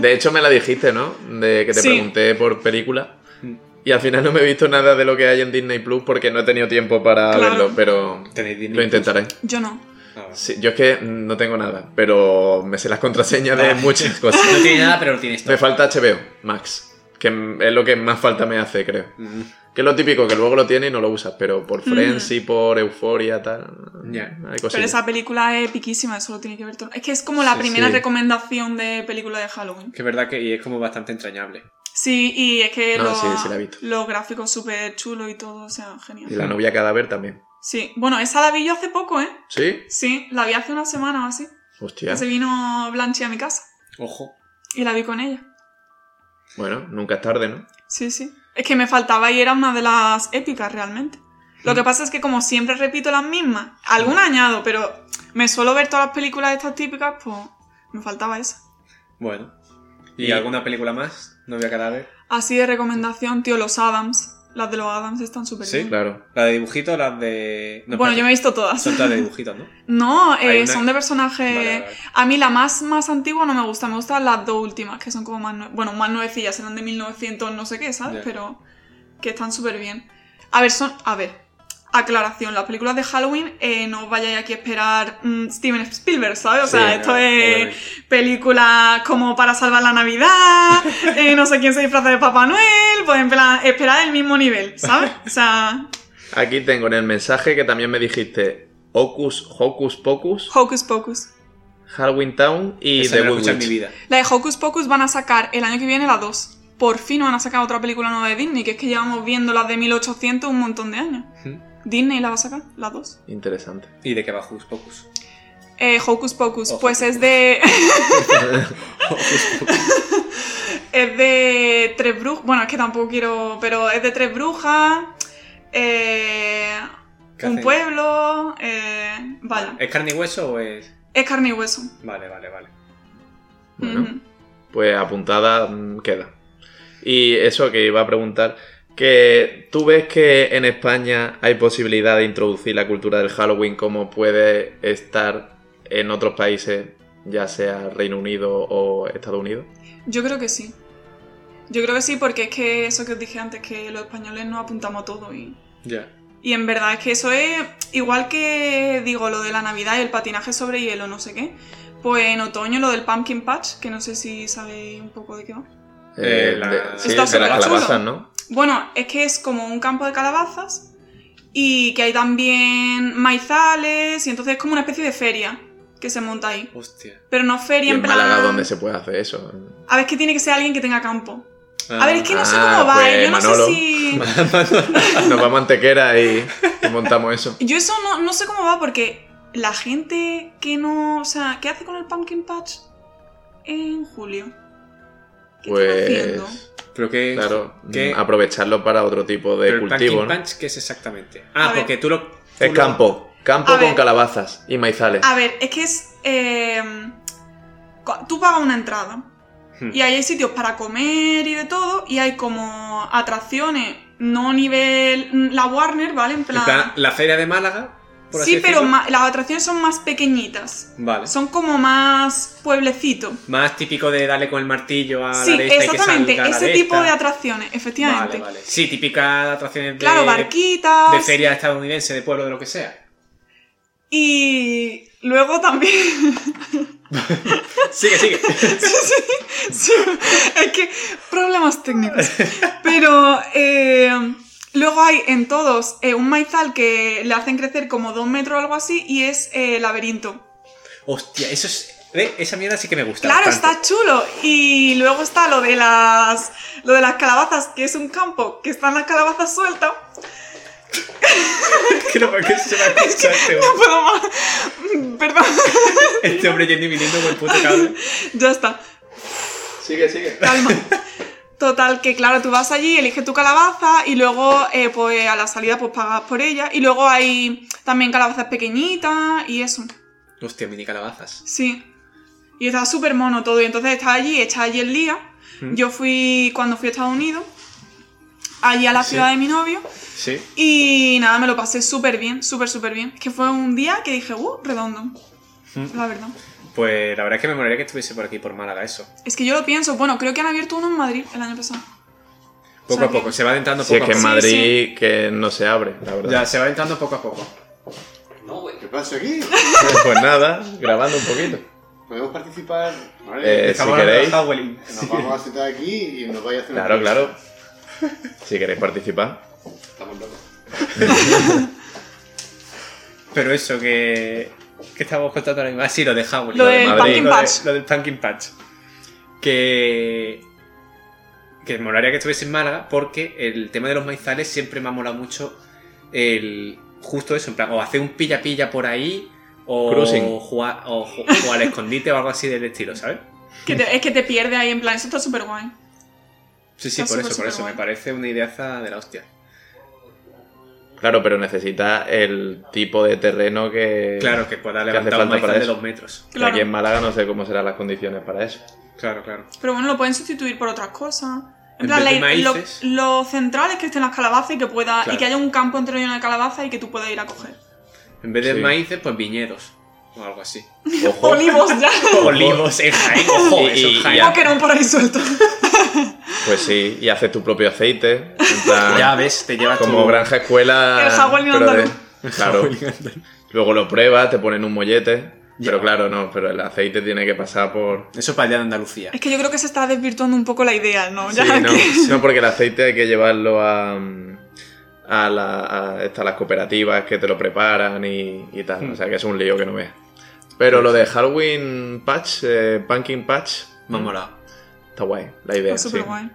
Speaker 2: De hecho, me la dijiste, ¿no? De que te
Speaker 4: Sí.
Speaker 2: pregunté por película.
Speaker 3: Mm.
Speaker 2: Y al final no me he visto nada de lo que hay en Disney Plus porque no he tenido tiempo para
Speaker 4: Claro.
Speaker 2: verlo, pero
Speaker 3: Tenéis dinero.
Speaker 2: lo intentaré.
Speaker 4: Yo no.
Speaker 3: Ah, vale.
Speaker 2: Sí, yo es que no tengo nada, pero me sé las contraseñas de
Speaker 3: Ah.
Speaker 2: muchas cosas.
Speaker 3: No tiene nada, pero lo tienes todo.
Speaker 2: Me falta HBO, Max. Que es lo que más falta me hace, creo.
Speaker 3: Mm,
Speaker 2: Que es lo típico, que luego lo tienes y no lo usas, pero por Friends
Speaker 4: Mm.
Speaker 2: y por Euforia, tal.
Speaker 3: Ya.
Speaker 2: Hay
Speaker 4: Pero
Speaker 2: cosillas.
Speaker 4: esa película es epiquísima, eso lo tiene que ver todo. Es que es como la
Speaker 3: Sí,
Speaker 4: primera
Speaker 2: Pues sí.
Speaker 4: recomendación de película de Halloween.
Speaker 3: Que es verdad que y es como bastante entrañable.
Speaker 4: Sí, y es que
Speaker 2: No,
Speaker 4: los,
Speaker 2: Ah, sí, sí la he visto.
Speaker 4: los gráficos súper chulos y todo, o sea,
Speaker 2: Y
Speaker 4: genial.
Speaker 2: la novia cadáver también.
Speaker 4: Sí, bueno, esa la vi yo hace poco, ¿eh?
Speaker 2: ¿Sí?
Speaker 4: Sí, la vi hace una semana o así.
Speaker 2: Hostia.
Speaker 4: Que se vino Blanche a mi casa
Speaker 3: Ojo.
Speaker 4: y la vi con ella.
Speaker 2: Bueno, nunca es tarde, ¿no?
Speaker 4: Sí, sí. Es que me faltaba y era una de las épicas realmente. Lo
Speaker 2: Mm.
Speaker 4: que pasa es que como siempre repito las mismas, alguna añado, pero me suelo ver todas las películas estas típicas, pues me faltaba esa.
Speaker 3: Bueno. ¿Y,
Speaker 2: Y-
Speaker 3: alguna película más? Novia cadáver.
Speaker 4: Así de recomendación, tío, los Adams. Las de los Adams están súper
Speaker 3: Sí,
Speaker 4: bien.
Speaker 2: Claro.
Speaker 3: ¿La de dibujitos? ¿Las de.? No,
Speaker 4: bueno,
Speaker 3: espérate.
Speaker 4: yo me he visto todas.
Speaker 3: Son todas de dibujitos, ¿no?
Speaker 4: No, eh,
Speaker 3: Hay una-
Speaker 4: son de personajes...
Speaker 3: Vale, vale.
Speaker 4: A mí la más, más antigua no me gusta, me gustan las dos últimas, que son como más... nue- Bueno, más nuevecillas, serán de 1900 no sé qué, ¿sabes?
Speaker 3: Ya.
Speaker 4: Pero que están súper bien. A ver, son... A ver, aclaración, las películas de Halloween eh, no os vayáis aquí a esperar mm, Steven Spielberg, ¿sabes? O
Speaker 2: Sí,
Speaker 4: sea, esto
Speaker 3: Ah,
Speaker 4: es
Speaker 3: obviamente.
Speaker 4: películas como para salvar la Navidad, eh, no sé quién se disfraza de Papá Noel, pues en plan, esperad el mismo nivel, ¿sabes? O sea,
Speaker 2: Aquí tengo en el mensaje que también me dijiste Hocus Hocus Pocus,
Speaker 4: Hocus Pocus.
Speaker 2: Halloween Town y
Speaker 3: Esa
Speaker 2: The
Speaker 3: no la he
Speaker 2: Good
Speaker 3: escuchado en mi
Speaker 2: Witch.
Speaker 3: vida.
Speaker 4: La de Hocus Pocus van a sacar el año que viene la 2. Por fin van a sacar otra película nueva de Disney, que es que llevamos viendo las de 1800 un montón de años.
Speaker 3: Ujú.
Speaker 4: Disney la va a sacar, la 2.
Speaker 2: Interesante.
Speaker 3: ¿Mm? ¿Y de qué va Hocus Pocus?
Speaker 4: Eh, Hocus Pocus,
Speaker 3: Ojo.
Speaker 4: pues es de.
Speaker 3: Hocus Pocus.
Speaker 4: es de tres brujas. Bueno, es que tampoco quiero. Pero es de tres brujas. eh,
Speaker 3: ¿Qué
Speaker 4: un
Speaker 3: hacen?
Speaker 4: pueblo. eh, vaya.
Speaker 3: ¿Es carne y hueso o es.?
Speaker 4: Es carne y hueso.
Speaker 3: Vale, vale, vale.
Speaker 2: Bueno,
Speaker 4: Ujú.
Speaker 2: pues apuntada mm, queda. Y eso que iba a preguntar, que tú ves que en España hay posibilidad de introducir la cultura del Halloween como puede estar en otros países, ya sea Reino Unido o Estados Unidos.
Speaker 4: Yo creo que sí. Yo creo que sí, porque es que eso que os dije antes, que los españoles nos apuntamos a todo y.
Speaker 3: Ya.
Speaker 4: Y en verdad es que eso es igual que digo lo de la Navidad y el patinaje sobre hielo, no sé qué. Pues en otoño lo del pumpkin patch, que no sé si sabéis un poco de qué va.
Speaker 3: Eh,
Speaker 2: Eh,
Speaker 3: la-
Speaker 2: de-
Speaker 4: Está
Speaker 2: sí, de las
Speaker 4: superchulo.
Speaker 2: calabazas, ¿no?
Speaker 4: Bueno, es que es como un campo de calabazas y que hay también maizales y entonces es como una especie de feria que se monta ahí.
Speaker 3: Hostia.
Speaker 4: Pero no
Speaker 2: Y
Speaker 4: feria
Speaker 2: en
Speaker 4: en plan...
Speaker 2: Málaga donde se puede hacer eso.
Speaker 4: A ver, es que tiene que ser alguien que tenga campo. A
Speaker 3: Ah.
Speaker 4: ver, es que no sé
Speaker 2: Ah,
Speaker 4: cómo va,
Speaker 2: pues,
Speaker 4: eh, yo no
Speaker 2: Manolo.
Speaker 4: sé si...
Speaker 2: Nos vamos a Antequera y, y montamos eso.
Speaker 4: Yo eso no, no sé cómo va porque la gente que no... O sea, ¿qué hace con el Pumpkin Patch en julio? ¿Qué están haciendo?
Speaker 2: Pues
Speaker 3: Pero que.
Speaker 2: claro,
Speaker 3: ¿Qué?
Speaker 2: mm, aprovecharlo para otro tipo de
Speaker 3: Pero el
Speaker 2: cultivo,
Speaker 3: Pumpkin
Speaker 2: ¿no?
Speaker 3: Punch, ¿qué es exactamente?
Speaker 4: A
Speaker 3: Ah,
Speaker 4: ver.
Speaker 3: porque tú lo. tú
Speaker 2: Es
Speaker 3: lo-
Speaker 2: campo, campo
Speaker 4: A
Speaker 2: con
Speaker 4: ver.
Speaker 2: calabazas y maizales.
Speaker 4: A ver, es que es... eh, co- tú pagas una entrada
Speaker 3: Hmm.
Speaker 4: y ahí hay sitios para comer y de todo y hay como atracciones, no nivel... mm, La Warner, ¿vale? En
Speaker 3: En
Speaker 4: plan...
Speaker 3: plan, la feria de Málaga. Por así
Speaker 4: sí, pero
Speaker 3: decirlo.
Speaker 4: ma- las atracciones son más pequeñitas.
Speaker 3: Vale.
Speaker 4: Son como más pueblecito.
Speaker 3: Más típico de darle con el martillo a
Speaker 4: Sí,
Speaker 3: Ah, la de esta y que
Speaker 4: exactamente.
Speaker 3: salga la
Speaker 4: Ese
Speaker 3: de
Speaker 4: tipo
Speaker 3: esta.
Speaker 4: de atracciones, efectivamente.
Speaker 3: Vale, vale. Sí, típicas atracciones de, Ah,
Speaker 4: Claro, barquitas.
Speaker 3: de feria estadounidense, de pueblo, de lo que sea.
Speaker 4: Y luego también
Speaker 3: Sigue, sigue.
Speaker 4: Sí, es que problemas técnicos. Pero eh, luego hay en todos eh, un maizal que le hacen crecer como dos metros o algo así y es eh, laberinto.
Speaker 3: Hostia, eso es. ¿Ve? Esa mierda sí que me gusta.
Speaker 4: Claro,
Speaker 3: bastante.
Speaker 4: está chulo. Y luego está lo de las lo de las calabazas, que es un campo que están las calabazas sueltas.
Speaker 3: Creo que se me ha escuchado este,
Speaker 4: No
Speaker 3: hombre.
Speaker 4: puedo más. Perdón,
Speaker 3: este hombre yendo y viniendo con el puto cable.
Speaker 4: ya está.
Speaker 2: Sigue, sigue.
Speaker 4: Calma. Total, que claro, tú vas allí, eliges tu calabaza y luego eh, pues a la salida pues pagas por ella. Y luego hay también calabazas pequeñitas y eso.
Speaker 3: Hostia, mini calabazas.
Speaker 4: Sí. Y está súper mono todo. Y entonces estás allí, estás allí el día.
Speaker 3: ¿Mm?
Speaker 4: Yo fui cuando fui a Estados Unidos, allí a la
Speaker 3: Sí.
Speaker 4: ciudad de mi novio.
Speaker 3: Sí.
Speaker 4: Y nada, me lo pasé súper bien, súper, súper bien. Es que fue un día que dije, uh, redondo.
Speaker 3: ¿Mm?
Speaker 4: La verdad.
Speaker 3: Pues la verdad es que me molaría que estuviese por aquí, por Málaga, eso.
Speaker 4: Es que yo lo pienso. Bueno, creo que han abierto uno en Madrid el año pasado.
Speaker 3: Poco
Speaker 4: O sea
Speaker 3: a poco,
Speaker 4: que-
Speaker 3: se va adentrando
Speaker 2: Si es
Speaker 3: poco
Speaker 2: que
Speaker 3: a
Speaker 2: en
Speaker 3: poco.
Speaker 4: ma-
Speaker 2: Madrid que no se abre, la verdad.
Speaker 3: Ya, se va adentrando poco a poco.
Speaker 1: ¿Qué pasa aquí?
Speaker 2: Pues nada, grabando un poquito.
Speaker 1: ¿Podemos participar?
Speaker 2: Eh,
Speaker 1: Vale.
Speaker 2: si queréis.
Speaker 1: Nos vamos a sentar aquí y nos vais a hacer una
Speaker 2: Claro,
Speaker 1: pregunta.
Speaker 2: claro. Si queréis participar.
Speaker 1: Estamos locos.
Speaker 3: Pero eso, que. que estábamos contando ahora mismo? Ah, sí, lo de Howling.
Speaker 4: Lo
Speaker 2: de
Speaker 4: del
Speaker 2: Madrid.
Speaker 4: Pumpkin
Speaker 3: Lo de-
Speaker 4: Patch.
Speaker 3: Lo del Pumpkin Patch. Que. Que molaría que estuviese en Málaga porque el tema de los maizales siempre me ha molado mucho el. Justo eso, en plan, o hacer un pilla-pilla por ahí, o
Speaker 2: Cruising.
Speaker 3: jugar, o ju- jugar al escondite o algo así del estilo, ¿sabes?
Speaker 4: Que te- es que te pierde ahí, en plan, eso está súper guay.
Speaker 3: Sí,
Speaker 4: Está
Speaker 3: sí, por
Speaker 4: súper,
Speaker 3: eso, por
Speaker 4: súper
Speaker 3: eso.
Speaker 4: guay.
Speaker 3: Me parece una ideaza de la hostia.
Speaker 2: Claro, pero necesita el tipo de terreno Eh, que.
Speaker 3: Claro, que pueda
Speaker 2: hace
Speaker 3: levantar un
Speaker 2: falta para
Speaker 3: maizal de
Speaker 2: eso.
Speaker 3: dos metros.
Speaker 2: que
Speaker 4: Claro.
Speaker 2: Aquí en Málaga no sé cómo serán las condiciones para eso.
Speaker 3: Claro, claro.
Speaker 4: Pero bueno, lo pueden sustituir por otras cosas. En
Speaker 3: En
Speaker 4: plan,
Speaker 3: vez de
Speaker 4: la- lo,
Speaker 3: maíces.
Speaker 4: lo central es que estén las calabazas y que pueda y
Speaker 3: Claro.
Speaker 4: que haya un campo entre una calabaza y que tú puedas ir a coger.
Speaker 3: En vez de
Speaker 2: Sí.
Speaker 3: maíces, pues viñedos, o algo así.
Speaker 2: Ojo.
Speaker 4: Olivos ya.
Speaker 3: Olivos en Jaén, ojo,
Speaker 2: Y-
Speaker 3: eso en
Speaker 2: y-
Speaker 3: Jaén.
Speaker 2: Ya.
Speaker 4: No, que no por ahí suelto.
Speaker 2: Pues sí, y haces tu propio aceite. en plan,
Speaker 3: Ya ves, te llevas
Speaker 2: como
Speaker 3: tu-
Speaker 2: granja escuela.
Speaker 4: Ah, El jabón y
Speaker 2: pero de-
Speaker 4: andaluz.
Speaker 2: Claro. Luego lo pruebas, te ponen un mollete. Pero
Speaker 3: Ya.
Speaker 2: claro, no, pero el aceite tiene que pasar por.
Speaker 3: Eso para allá de Andalucía.
Speaker 4: Es que yo creo que se está desvirtuando un poco la idea, ¿no? Ya
Speaker 2: Sí, no,
Speaker 4: que-
Speaker 2: no, porque el aceite hay que llevarlo a. mm, A, la- a estas, las cooperativas que te lo preparan y, y
Speaker 4: Hmm.
Speaker 2: tal. O sea que es un lío que no veas. Pero lo de Halloween Patch, eh, Pumpkin Patch,
Speaker 3: Me ha molado.
Speaker 2: está guay, la idea.
Speaker 4: Está súper
Speaker 2: sí.
Speaker 4: guay.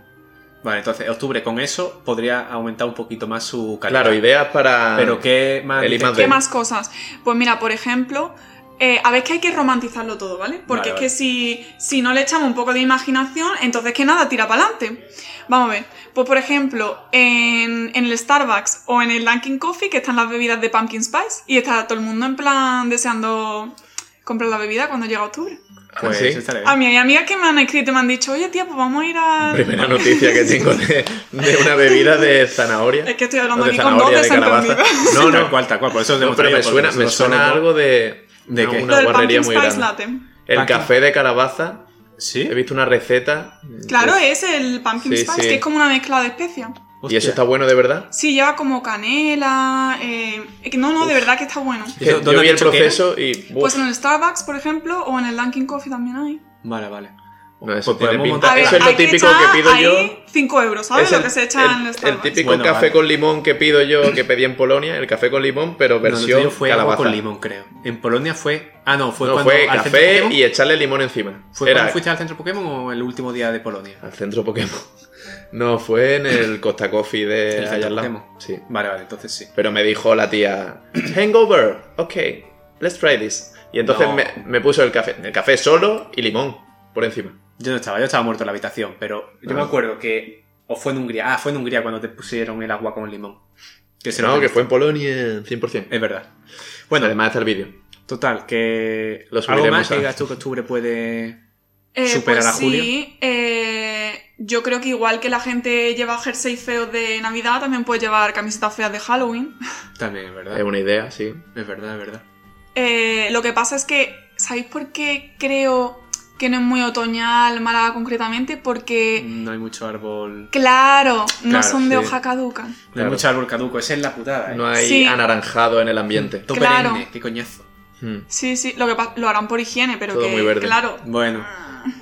Speaker 3: Vale, entonces, octubre con eso podría aumentar un poquito más su calidad.
Speaker 2: Claro, ideas para.
Speaker 3: Pero qué más.
Speaker 2: Eli
Speaker 3: dices
Speaker 2: más
Speaker 4: ¿Qué
Speaker 2: Sí.
Speaker 4: más cosas? Pues mira, por ejemplo, eh, a ver que hay que romantizarlo todo, ¿vale? Porque
Speaker 3: Vale,
Speaker 4: es
Speaker 3: vale.
Speaker 4: que si, si no le echamos un poco de imaginación, entonces que nada, tira para adelante. Vamos a ver. Pues por ejemplo, en, en el Starbucks o en el Dunkin' Coffee, que están las bebidas de Pumpkin Spice, y está todo el mundo en plan deseando comprar la bebida cuando llega octubre.
Speaker 3: Pues
Speaker 2: Ah, Sí.
Speaker 3: eso estaría bien.
Speaker 4: A mí hay amigas que me han escrito y me han dicho, oye tía, pues vamos a ir a...
Speaker 2: Primera noticia que tengo de, de una bebida de zanahoria.
Speaker 4: Es que estoy hablando
Speaker 2: No, de
Speaker 4: aquí con dos
Speaker 2: zanahoria, de
Speaker 4: desentendidos.
Speaker 2: calabaza.
Speaker 3: No, no, tal cual, tal cual. Por eso os
Speaker 2: No,
Speaker 3: hemos
Speaker 2: pero me
Speaker 3: traído,
Speaker 2: suena,
Speaker 3: porque
Speaker 2: me
Speaker 3: nosotros
Speaker 2: suena
Speaker 3: somos-
Speaker 2: algo de,
Speaker 3: ¿De qué?
Speaker 4: Lo
Speaker 2: una
Speaker 4: del
Speaker 2: guarrería
Speaker 4: Pumpkin
Speaker 2: muy
Speaker 4: Spice
Speaker 2: grande.
Speaker 4: Latte.
Speaker 2: El
Speaker 3: Pumpkin.
Speaker 2: café de calabaza,
Speaker 3: ¿Sí?
Speaker 2: he visto una receta.
Speaker 4: Claro, eh. es
Speaker 2: Uf,
Speaker 4: el Pumpkin
Speaker 2: Sí,
Speaker 4: Spice,
Speaker 2: sí.
Speaker 4: que es como una mezcla de especias.
Speaker 2: ¿Y
Speaker 3: Hostia.
Speaker 2: eso está bueno de verdad?
Speaker 4: Sí, lleva como canela. eh, es que no, no, de verdad que está bueno.
Speaker 3: ¿Y eso
Speaker 2: Que Yo
Speaker 3: dónde
Speaker 2: vi
Speaker 3: has
Speaker 2: el
Speaker 3: dicho que era?
Speaker 2: proceso y. uf,
Speaker 4: Pues en el Starbucks, por ejemplo, o en el Dunkin' Coffee también hay.
Speaker 3: Vale, vale.
Speaker 2: no, eso
Speaker 3: Pues
Speaker 2: tiene
Speaker 3: podemos
Speaker 2: pinta-
Speaker 3: montar-
Speaker 2: eso es lo
Speaker 4: hay
Speaker 2: típico
Speaker 4: echar
Speaker 2: que pido
Speaker 4: ahí
Speaker 2: yo.
Speaker 4: 5 euros, ¿sabes?
Speaker 2: Es
Speaker 4: lo que se echa en el
Speaker 2: el
Speaker 4: Starbucks.
Speaker 2: típico
Speaker 3: Bueno,
Speaker 2: café
Speaker 3: vale.
Speaker 2: con limón que pido yo, que pedí en Polonia, el café con limón, pero
Speaker 3: No, lo
Speaker 2: versión
Speaker 3: tuyo fue agua
Speaker 2: calabaza.
Speaker 3: con limón, creo. En Polonia fue. Ah, no, fue
Speaker 2: No,
Speaker 3: cuando.
Speaker 2: fue
Speaker 3: al centro
Speaker 2: café
Speaker 3: Pokémon.
Speaker 2: y echarle limón encima.
Speaker 3: ¿Fue
Speaker 2: Era
Speaker 3: cuando fuiste al centro Pokémon o el último día de Polonia?
Speaker 2: al centro Pokémon. No, fue en el Costa Coffee de
Speaker 3: El centro
Speaker 2: allá al lado.
Speaker 3: Pokémon.
Speaker 2: Sí.
Speaker 3: Vale, vale, entonces sí.
Speaker 2: Pero me dijo la tía, hangover, ok, let's try this. Y entonces
Speaker 3: No.
Speaker 2: me, me puso el café, el café solo y limón por encima.
Speaker 3: Yo no estaba, yo estaba muerto en la habitación, pero yo
Speaker 2: Ah.
Speaker 3: me acuerdo que. O fue en Hungría. Ah, fue en Hungría cuando te pusieron el agua con limón. Que se
Speaker 2: no,
Speaker 3: lo
Speaker 2: que
Speaker 3: pediste.
Speaker 2: fue en Polonia, 100%.
Speaker 3: Es verdad.
Speaker 2: Bueno,
Speaker 3: Bueno,
Speaker 2: además está el vídeo.
Speaker 3: total, que.
Speaker 2: Lo
Speaker 3: algo
Speaker 2: subiremos
Speaker 3: más que
Speaker 2: a-
Speaker 3: digas tú que octubre puede.
Speaker 4: Eh,
Speaker 3: superar
Speaker 4: pues
Speaker 3: a Julio.
Speaker 4: Sí, eh, yo creo que igual que la gente lleva jersey feos de Navidad, también puede llevar camisetas feas de Halloween.
Speaker 3: También, es verdad.
Speaker 2: Es una idea, sí.
Speaker 3: Es verdad, es verdad.
Speaker 4: Eh, lo que pasa es que, ¿sabéis por qué creo que no es muy otoñal, Málaga concretamente, porque,
Speaker 3: No hay mucho árbol.
Speaker 4: claro, no
Speaker 3: Claro,
Speaker 4: son de
Speaker 2: sí.
Speaker 4: hoja caduca.
Speaker 3: No
Speaker 2: Claro.
Speaker 3: hay mucho árbol caduco, esa es la putada. ¿eh?
Speaker 2: No hay
Speaker 4: Sí.
Speaker 2: anaranjado en el ambiente.
Speaker 3: Todo
Speaker 4: Claro.
Speaker 3: perenne, qué coñazo.
Speaker 2: Mm.
Speaker 4: Sí, sí, lo que pa- lo harán por higiene, pero
Speaker 2: Todo
Speaker 4: que,
Speaker 2: muy verde.
Speaker 4: claro,
Speaker 3: Bueno,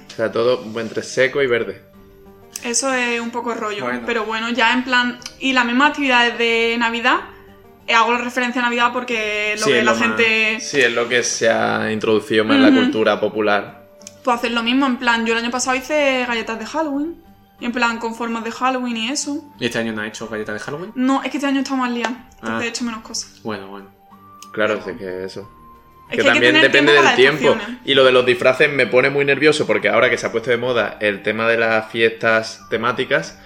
Speaker 2: O sea, todo entre seco y verde.
Speaker 4: eso es un poco rollo.
Speaker 3: Bueno.
Speaker 4: Pero bueno, ya en plan, y las mismas actividades de Navidad, eh, hago la referencia a Navidad porque es lo
Speaker 3: Sí,
Speaker 4: que
Speaker 3: es
Speaker 4: la
Speaker 3: lo más-
Speaker 4: gente...
Speaker 2: Sí, es lo que se ha introducido más en
Speaker 4: Ujú.
Speaker 2: la cultura popular.
Speaker 4: Pues hacer lo mismo, en plan, yo el año pasado hice galletas de Halloween. Y en plan, con formas de Halloween y eso.
Speaker 3: ¿y este año no ha hecho galleta de Halloween?
Speaker 4: No, es que este año está más liado. Entonces
Speaker 3: Ah.
Speaker 4: he hecho menos cosas.
Speaker 3: Bueno, bueno.
Speaker 2: Claro, es que eso.
Speaker 4: Es
Speaker 2: que,
Speaker 4: hay
Speaker 2: también
Speaker 4: tener
Speaker 2: depende
Speaker 4: para
Speaker 2: del
Speaker 4: las
Speaker 2: tiempo.
Speaker 4: estaciones.
Speaker 2: Y lo de los disfraces me pone muy nervioso porque ahora que se ha puesto de moda el tema de las fiestas temáticas,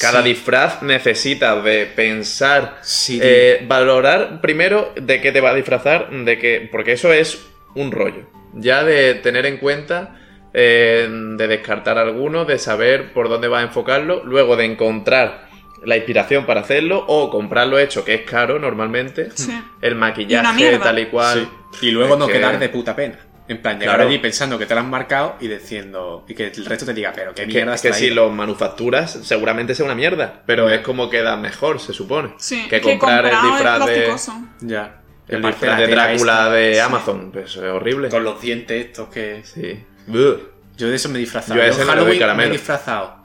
Speaker 2: cada
Speaker 3: Sí.
Speaker 2: disfraz necesita de pensar,
Speaker 3: Sí,
Speaker 2: eh, valorar primero de qué te va a disfrazar, de qué, porque eso es un rollo. Ya de tener en cuenta, eh, de descartar algunos, de saber por dónde va a enfocarlo, luego de encontrar la inspiración para hacerlo o comprarlo hecho, que es caro normalmente,
Speaker 4: Sí.
Speaker 2: el
Speaker 4: una
Speaker 2: maquillaje
Speaker 4: mierda.
Speaker 2: tal y cual.
Speaker 3: Sí. Y luego
Speaker 2: Es
Speaker 3: no
Speaker 2: que-
Speaker 3: quedar de puta pena. En plan, llegar
Speaker 2: Claro.
Speaker 3: allí pensando que te lo han marcado y diciendo. Y que el resto te diga, pero qué
Speaker 2: Que,
Speaker 3: mierda
Speaker 2: es que
Speaker 3: has
Speaker 2: si
Speaker 3: traído.
Speaker 2: lo manufacturas, seguramente sea una mierda, pero
Speaker 3: Ya.
Speaker 2: es como queda mejor, se supone.
Speaker 4: Sí,
Speaker 2: que
Speaker 4: es
Speaker 2: comprar el
Speaker 4: comprado es
Speaker 2: disfraz de,
Speaker 4: plasticoso.
Speaker 3: Ya. Y
Speaker 2: el
Speaker 3: aparte
Speaker 2: disfraz
Speaker 3: la
Speaker 2: de
Speaker 3: tela
Speaker 2: Drácula
Speaker 3: esta,
Speaker 2: de
Speaker 3: sí,
Speaker 2: Amazon, pues es horrible.
Speaker 3: Con los dientes estos que.
Speaker 2: Sí. Buh.
Speaker 3: Yo de eso me he disfrazado.
Speaker 2: Yo a
Speaker 3: en
Speaker 2: ese no le doy
Speaker 3: Halloween me he
Speaker 2: caramelo.
Speaker 3: disfrazado.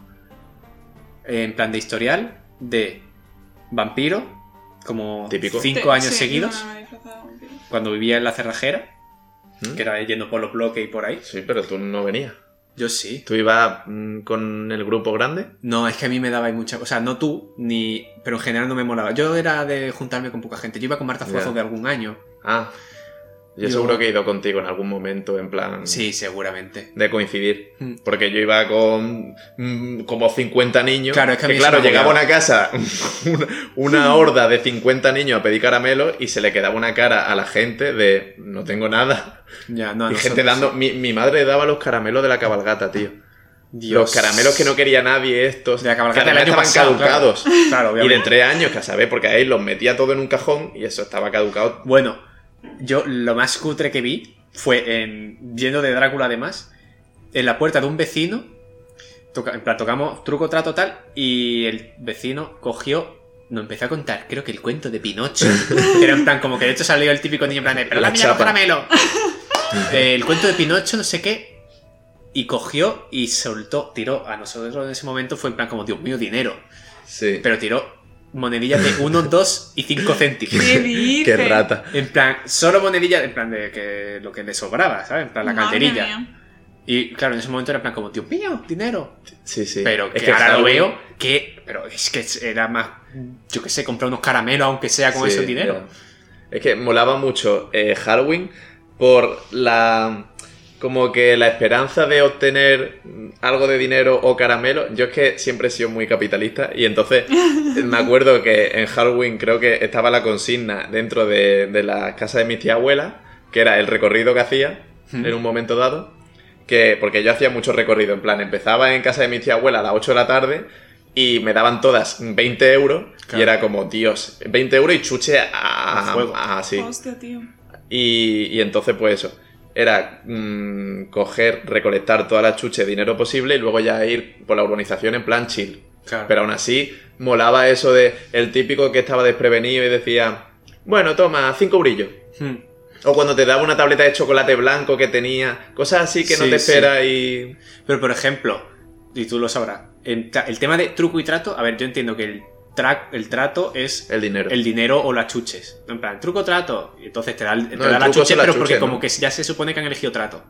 Speaker 3: En plan de historial de vampiro. Como
Speaker 2: Típico.
Speaker 3: cinco
Speaker 4: Te-
Speaker 3: años
Speaker 4: sí,
Speaker 3: seguidos.
Speaker 4: yo me he disfrazado, sí.
Speaker 3: Cuando vivía en la cerrajera.
Speaker 2: ¿Mm?
Speaker 3: Que era yendo por los bloques y por ahí.
Speaker 2: Sí, pero tú no venías.
Speaker 3: Yo sí.
Speaker 2: ¿Tú ibas mm, con el grupo grande?
Speaker 3: No, es que a mí me dabais mucha. O sea, no tú, ni. Pero en general no me molaba. Yo era de juntarme con poca gente. Yo iba con Marta Zuazo
Speaker 2: Ya.
Speaker 3: de algún año.
Speaker 2: Ah. Yo,
Speaker 3: Yo-
Speaker 2: seguro que he ido contigo en algún momento, en plan...
Speaker 3: Sí, seguramente.
Speaker 2: De coincidir.
Speaker 3: Mm.
Speaker 2: Porque yo iba con mm, como 50 niños.
Speaker 3: Claro, es que a mí eso
Speaker 2: claro,
Speaker 3: me
Speaker 2: llegaba a
Speaker 3: agobiaba.
Speaker 2: una casa, una, una horda de 50 niños a pedir caramelo y se le quedaba una cara a la gente de no tengo nada.
Speaker 3: Ya, Ah, no, a
Speaker 2: y
Speaker 3: nosotros
Speaker 2: gente dando.
Speaker 3: sí.
Speaker 2: Mi, mi madre daba los caramelos de la cabalgata, tío.
Speaker 3: Dios.
Speaker 2: Los caramelos que no quería nadie, estos.
Speaker 3: De la cabalgata
Speaker 2: que
Speaker 3: del
Speaker 2: además
Speaker 3: año
Speaker 2: estaban
Speaker 3: pasado. claro.
Speaker 2: caducados.
Speaker 3: Claro,
Speaker 2: Y de
Speaker 3: obviamente.
Speaker 2: tres años, que a saber, porque ahí los metía todo en un cajón y eso estaba caducado.
Speaker 3: Bueno, yo lo más cutre que vi fue en. Yendo de Drácula además. En la puerta de un vecino. toca- en plan, tocamos truco trato tal. Y el vecino cogió. No empezó a contar, creo que el cuento de Pinocho. Que era en plan, como que de hecho salió el típico niño en plan de, pero
Speaker 2: La
Speaker 3: la mía los
Speaker 2: chapa.
Speaker 3: caramelo. el cuento de Pinocho, no sé qué. Y cogió y soltó, tiró a nosotros en ese momento, fue en plan como, Dios mío, dinero.
Speaker 2: Sí.
Speaker 3: Pero tiró monedillas de 1, 2 y 5 céntimos.
Speaker 4: ¿Qué dices?
Speaker 2: Qué rata.
Speaker 3: En plan, solo monedillas, en plan de que lo que le sobraba, ¿sabes? En plan, la
Speaker 4: Madre
Speaker 3: canterilla.
Speaker 4: mía.
Speaker 3: Y claro, en ese momento era en plan como, tío mío, dinero.
Speaker 2: Sí, sí.
Speaker 3: Pero que,
Speaker 2: Es
Speaker 3: ahora lo
Speaker 2: Halloween-
Speaker 3: veo, que. Pero es que era más. Yo qué sé, comprar unos caramelos, aunque sea con
Speaker 2: Sí,
Speaker 3: ese dinero.
Speaker 2: ya. Es que molaba mucho eh, Halloween por la. Como que la esperanza de obtener mm, algo de dinero o caramelo. Yo es que siempre he sido muy capitalista y entonces me acuerdo que en Halloween creo que estaba la consigna dentro de, de la casa de mi tía abuela, que era el recorrido que hacía
Speaker 3: Hmm.
Speaker 2: en un momento dado. Que, porque yo hacía mucho recorrido, en plan, empezaba en casa de mi tía abuela a las 8 de la tarde y me daban todas 20 euros y
Speaker 3: Claro.
Speaker 2: era como, Dios, 20 euros y chuche a,
Speaker 3: A fuego.
Speaker 2: a- así.
Speaker 4: Hostia, tío.
Speaker 2: Y, y entonces, pues eso. Era mm, coger, recolectar toda la chuche de dinero posible y luego ya ir por la urbanización en plan chill.
Speaker 3: Claro.
Speaker 2: Pero aún así, molaba eso de el típico que estaba desprevenido y decía, bueno, toma, cinco brillos.
Speaker 3: Hmm.
Speaker 2: O cuando te daba una tableta de chocolate blanco que tenía, cosas así que no
Speaker 3: Sí,
Speaker 2: te
Speaker 3: sí.
Speaker 2: esperas
Speaker 3: Pero por ejemplo, y tú lo sabrás, en ta- el tema de truco y trato, a ver, yo entiendo que el, tra- el trato es
Speaker 2: y el dinero.
Speaker 3: el dinero o las chuches. En plan, truco o trato. Y entonces te da, el- te
Speaker 2: No,
Speaker 3: da
Speaker 2: el
Speaker 3: la
Speaker 2: truco
Speaker 3: chuche,
Speaker 2: son las
Speaker 3: pero porque
Speaker 2: chuches, ¿no?
Speaker 3: como que ya se supone que han elegido trato.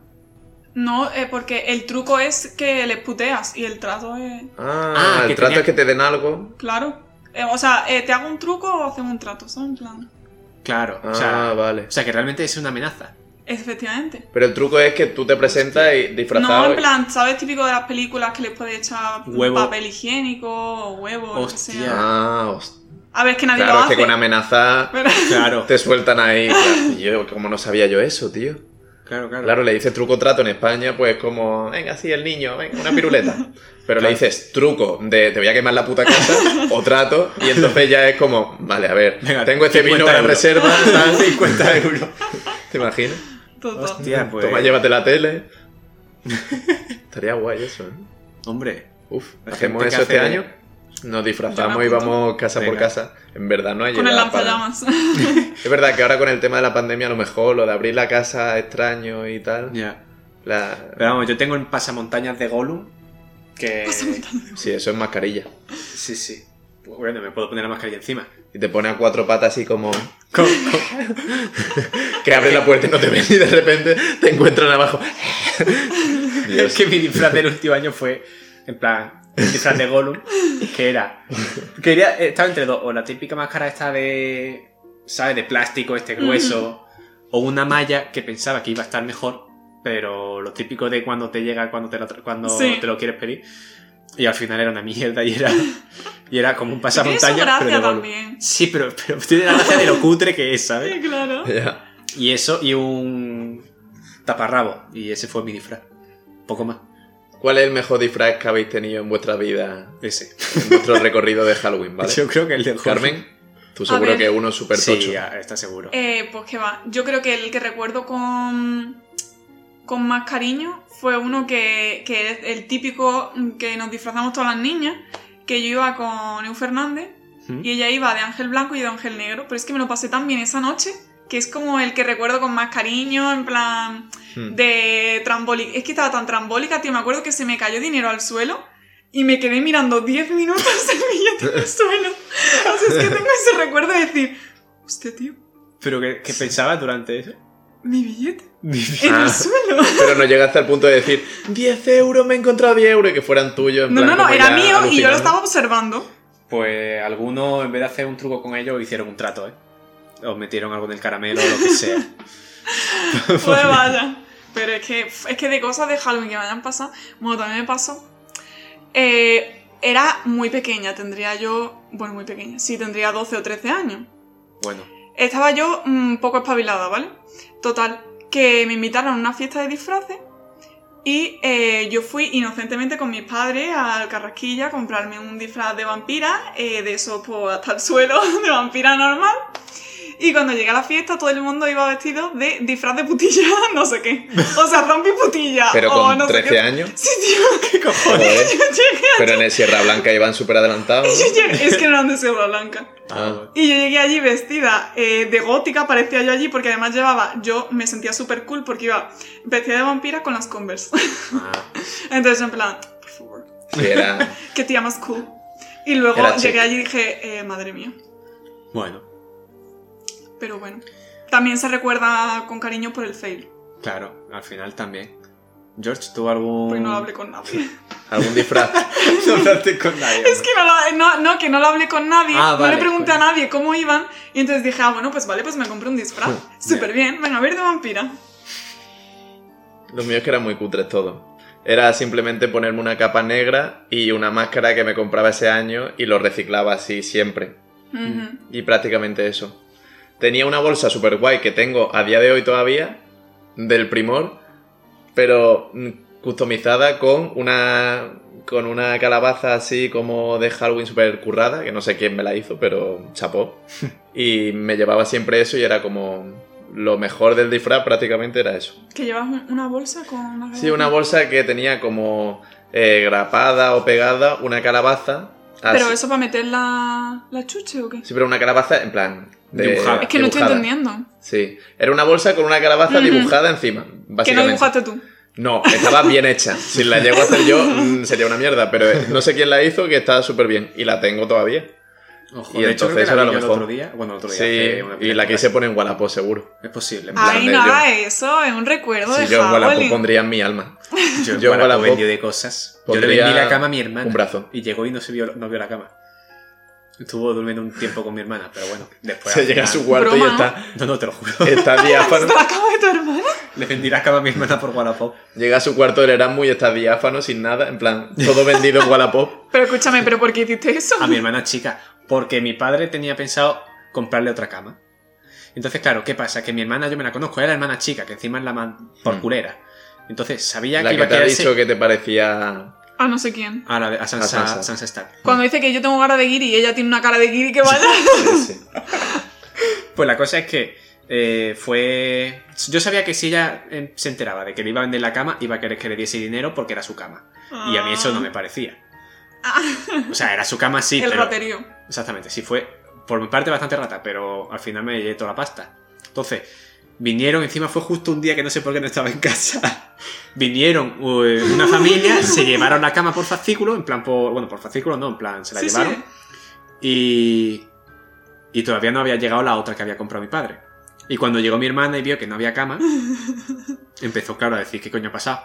Speaker 4: No, eh, porque el truco es que les puteas y el trato es.
Speaker 2: Ah,
Speaker 3: Ah,
Speaker 2: el
Speaker 3: que
Speaker 2: trato
Speaker 3: tenía-
Speaker 2: es que te den algo.
Speaker 4: Claro. Eh, o sea, eh, ¿te hago un truco o hacemos un trato? ¿Sabes? En plan.
Speaker 3: Claro.
Speaker 2: Ah,
Speaker 3: o, sea,
Speaker 2: vale.
Speaker 3: o sea, que realmente es una amenaza.
Speaker 4: Efectivamente.
Speaker 2: Pero el truco es que tú te presentas y disfrazado.
Speaker 4: No, en plan, ¿sabes? Típico de las películas que les puede echar
Speaker 3: Huevo.
Speaker 4: papel higiénico o huevo, lo que
Speaker 3: Hostia.
Speaker 4: sea.
Speaker 2: Ah, hostia.
Speaker 4: A ver, es que nadie
Speaker 2: Claro,
Speaker 4: lo
Speaker 2: es
Speaker 4: hace.
Speaker 2: que con amenaza
Speaker 4: Pero-
Speaker 3: Claro.
Speaker 2: te sueltan ahí. Y Yo, como no sabía yo eso, tío.
Speaker 3: Claro, claro.
Speaker 2: Claro, le dices truco trato en España, pues como, venga, sí, el niño, venga, una piruleta. Pero le
Speaker 3: Claro.
Speaker 2: dices truco de te voy a quemar la puta casa o trato, y entonces ya es como, vale, a ver,
Speaker 3: Venga,
Speaker 2: tengo este vino
Speaker 3: 50
Speaker 2: en
Speaker 3: euros.
Speaker 2: reserva, tal, 50 euros. ¿Te imaginas?
Speaker 4: Total.
Speaker 3: Hostia, pues.
Speaker 2: Toma, llévate la tele. Estaría guay eso, ¿eh?
Speaker 3: Hombre,
Speaker 2: Uf,
Speaker 3: La
Speaker 2: hacemos
Speaker 3: gente que
Speaker 2: eso este
Speaker 3: hace-
Speaker 2: año. Nos
Speaker 4: Yo
Speaker 2: disfrazamos
Speaker 4: me
Speaker 2: y
Speaker 4: apunto.
Speaker 2: vamos casa por
Speaker 3: Venga.
Speaker 2: casa. En verdad no hay
Speaker 4: Con el
Speaker 2: llegado para-
Speaker 4: lanzallamas.
Speaker 2: Es verdad que ahora con el tema de la pandemia, a lo mejor lo de abrir la casa a extraños y
Speaker 3: ya.
Speaker 2: tal. La...
Speaker 3: Pero vamos, yo tengo en pasamontañas de Gollum que...
Speaker 4: Pasamontañas.
Speaker 2: Sí, eso es mascarilla.
Speaker 3: Sí, sí. Bueno, me puedo poner la mascarilla encima.
Speaker 2: Y te pone a cuatro patas así como
Speaker 3: Co- co-
Speaker 2: que abre la puerta y no te ven y de repente te encuentran abajo.
Speaker 3: Es
Speaker 2: Dios.
Speaker 3: que mi disfraz del último año fue, en plan, el disfraz de Gollum, que era... Quería, estaba entre dos, o la típica máscara esta de, ¿sabes? De plástico, este grueso, o una malla que pensaba que iba a estar mejor, pero lo típico de cuando te llega, cuando te lo, tra- cuando
Speaker 4: Sí.
Speaker 3: te lo quieres pedir. Y al final era una mierda y era, y era como un
Speaker 4: Tiene su
Speaker 3: pasamontaña, pero de
Speaker 4: gracia
Speaker 3: Gollum.
Speaker 4: también.
Speaker 3: Sí, pero, pero tiene la gracia de lo cutre que es, ¿sabes?
Speaker 4: Sí, claro.
Speaker 2: Ya.
Speaker 3: Y eso y un taparrabo. Y ese fue mi disfraz. Poco más.
Speaker 2: ¿Cuál es el mejor disfraz que habéis tenido en vuestra vida,
Speaker 3: Ese.
Speaker 2: en vuestro recorrido de Halloween, vale?
Speaker 3: Yo creo que el de
Speaker 2: Carmen, tú
Speaker 4: A
Speaker 2: seguro
Speaker 4: ver.
Speaker 2: que uno es súper
Speaker 3: Sí,
Speaker 2: tocho.
Speaker 3: ya, está seguro.
Speaker 4: Eh, pues qué va. Yo creo que el que recuerdo con, con más cariño fue uno que, que es el típico que nos disfrazamos todas las niñas, que yo iba con Eu Fernández
Speaker 3: ¿Mm?
Speaker 4: y ella iba de ángel blanco y yo de ángel negro, pero es que me lo pasé tan bien esa noche que es como el que recuerdo con más cariño, en plan
Speaker 2: Hmm.
Speaker 4: de trambólica. Es que estaba tan trambólica, tío, me acuerdo que se me cayó dinero al suelo y me quedé mirando 10 minutos el billete en el suelo. O sea, es que tengo ese recuerdo de decir, usted, tío,
Speaker 3: Pero que, que pensaba durante eso.
Speaker 4: mi billete
Speaker 3: Dice,
Speaker 4: en
Speaker 2: Ah.
Speaker 4: el suelo.
Speaker 2: Pero no llegaste al punto de decir 10 euros, me he encontrado 10 euros, y que fueran tuyos. en
Speaker 4: No, no,
Speaker 2: plan,
Speaker 4: no,
Speaker 2: como
Speaker 4: era
Speaker 2: ya
Speaker 4: mío y yo lo
Speaker 2: alucinando.
Speaker 4: estaba observando.
Speaker 3: Pues algunos, en vez de hacer un truco con ellos, hicieron un trato, ¿eh? Os metieron algo en el caramelo o lo que sea.
Speaker 4: Pues vaya. Pero es que, es que de cosas de Halloween que me hayan pasado, bueno, también me pasó. Eh, era muy pequeña, tendría yo, bueno, muy pequeña, sí, tendría 12 o 13 años.
Speaker 3: Bueno,
Speaker 4: Estaba yo un poco espabilada, ¿vale? Total, que me invitaron a una fiesta de disfraces y eh, yo fui inocentemente con mis padres al Carrasquilla a comprarme un disfraz de vampira, eh, de esos pues, hasta el suelo, de vampira normal. Y cuando llegué a la fiesta, todo el mundo iba vestido de disfraz de putilla, no sé qué. O sea, rompi putilla.
Speaker 2: Pero
Speaker 4: o
Speaker 2: con
Speaker 4: Oh, no sé
Speaker 2: 13
Speaker 4: qué.
Speaker 2: años.
Speaker 4: Sí, tío, qué cojones.
Speaker 2: Joder.
Speaker 4: Yo llegué,
Speaker 2: Pero en el Sierra Blanca iban súper adelantados.
Speaker 4: yo llegué- Es que no eran de Sierra Blanca.
Speaker 2: Ah.
Speaker 4: Y yo llegué allí vestida eh, de gótica, parecía yo allí, porque además llevaba, yo me sentía súper cool porque iba vestida de vampira con las Converse.
Speaker 3: ah,
Speaker 4: Entonces, en plan, por favor,
Speaker 2: Sí, era.
Speaker 4: qué tía más cool. Y luego
Speaker 2: Era
Speaker 4: llegué
Speaker 2: chic.
Speaker 4: allí y dije, eh, madre mía.
Speaker 3: bueno,
Speaker 4: Pero bueno, también se recuerda con cariño por el fail,
Speaker 3: claro, al final también. George, ¿tú algún...?
Speaker 4: porque Pues no lo hablé con nadie.
Speaker 2: Algún disfraz.
Speaker 3: No hablaste con nadie.
Speaker 4: Es que no, lo- no, no, que no lo hablé con nadie,
Speaker 3: Ah,
Speaker 4: no
Speaker 3: vale,
Speaker 4: le pregunté
Speaker 3: pues.
Speaker 4: a nadie cómo iban, y entonces dije, ah, bueno, pues vale, pues me compré un disfraz. Súper bien, venga, a ver de vampira.
Speaker 2: Los míos que eran muy cutres todo. Era simplemente ponerme una capa negra y una máscara que me compraba ese año y lo reciclaba así siempre.
Speaker 4: Ujú.
Speaker 2: Y prácticamente eso. Tenía una bolsa super guay que tengo a día de hoy todavía, del primor, pero mm, customizada con una, con una calabaza así como de Halloween super currada, que no sé quién me la hizo, pero chapó. Y me llevaba siempre eso y era como lo mejor del disfraz prácticamente era eso.
Speaker 4: Que llevas un- una bolsa con una
Speaker 2: Sí, una bolsa que tenía como eh, grapada o pegada una calabaza.
Speaker 3: Ah,
Speaker 2: así.
Speaker 4: ¿Pero eso para meter la, la chuche o qué?
Speaker 2: Sí, pero una calabaza en plan. de-
Speaker 3: Dibujada.
Speaker 4: Es que no estoy
Speaker 2: dibujada.
Speaker 4: entendiendo.
Speaker 2: Sí, era una bolsa con una calabaza
Speaker 4: Ujú.
Speaker 2: dibujada encima,
Speaker 4: Que no
Speaker 2: básicamente.
Speaker 4: dibujaste tú.
Speaker 2: No, estaba bien hecha. Si la llego a hacer yo, mm, sería una mierda, pero eh, no sé quién la hizo, que está súper bien. Y la tengo todavía.
Speaker 3: Ojo,
Speaker 2: Y
Speaker 3: de hecho,
Speaker 2: entonces
Speaker 3: creo que la
Speaker 2: era
Speaker 3: vi
Speaker 2: lo
Speaker 3: yo el
Speaker 2: mejor.
Speaker 3: otro día. Bueno, el otro día.
Speaker 2: Sí, y
Speaker 3: hace una
Speaker 2: la
Speaker 3: película.
Speaker 2: quise poner en Wallapop, seguro.
Speaker 3: Es posible. en plan,
Speaker 4: Ay,
Speaker 2: de
Speaker 4: no
Speaker 2: yo.
Speaker 4: hagas eso, es un recuerdo de
Speaker 2: Si yo en Wallapop
Speaker 4: Halloween.
Speaker 2: pondría en mi alma
Speaker 3: Yo,
Speaker 2: Yo
Speaker 3: yo
Speaker 2: en
Speaker 3: la
Speaker 2: Wallapop
Speaker 3: vendí de cosas. Yo le
Speaker 2: pondría
Speaker 3: vendí la cama a mi hermana.
Speaker 2: un brazo.
Speaker 3: Y llegó y no, se vio, no vio la cama. Estuvo durmiendo un tiempo con mi hermana, pero bueno, después.
Speaker 2: Se
Speaker 3: Pues al
Speaker 2: llega a
Speaker 3: final-
Speaker 2: su cuarto y
Speaker 4: Broma,
Speaker 2: está,
Speaker 3: No, no, te lo juro.
Speaker 2: está diáfano.
Speaker 4: ¿Hasta la cama de tu hermana?
Speaker 3: Le vendí la cama a mi hermana por Wallapop.
Speaker 2: Llega a su cuarto del Erasmus y está diáfano, sin nada, en plan, todo vendido en Wallapop.
Speaker 4: Pero escúchame, ¿pero por qué hiciste eso?
Speaker 3: A mi hermana chica. Porque mi padre tenía pensado comprarle otra cama. Entonces, claro, ¿qué pasa? Que mi hermana, yo me la conozco, era la hermana chica, que encima es la más porculera. Entonces, sabía
Speaker 2: Mm. La
Speaker 3: que
Speaker 2: que
Speaker 3: iba a
Speaker 2: te ha
Speaker 3: quedarse
Speaker 2: dicho que te parecía...
Speaker 4: A no sé quién.
Speaker 3: a, la, a Sansa,
Speaker 2: Sansa.
Speaker 3: Sansa Stark.
Speaker 4: Cuando dice que yo tengo cara de guiri y ella tiene una cara de guiri que vaya.
Speaker 2: Sí, sí.
Speaker 3: Pues la cosa es que eh, fue... Yo sabía que si ella eh, se enteraba de que le iba a vender la cama, iba a querer que le diese dinero porque era su cama. Y a mí eso no me parecía. O sea, era su cama sí,
Speaker 4: Ah. El
Speaker 3: pero...
Speaker 4: raterío.
Speaker 3: Exactamente, sí fue por mi parte bastante rata, pero al final me llevé toda la pasta. Entonces, vinieron, encima fue justo un día que no sé por qué no estaba en casa. vinieron eh, una familia, se llevaron la cama por fascículo, en plan por. Bueno, por fascículo no, en plan, se la
Speaker 4: Sí, sí.
Speaker 3: llevaron. Y. Y todavía no había llegado la otra que había comprado mi padre. Y cuando llegó mi hermana y vio que no había cama, empezó, claro, a decir qué coño ha pasado.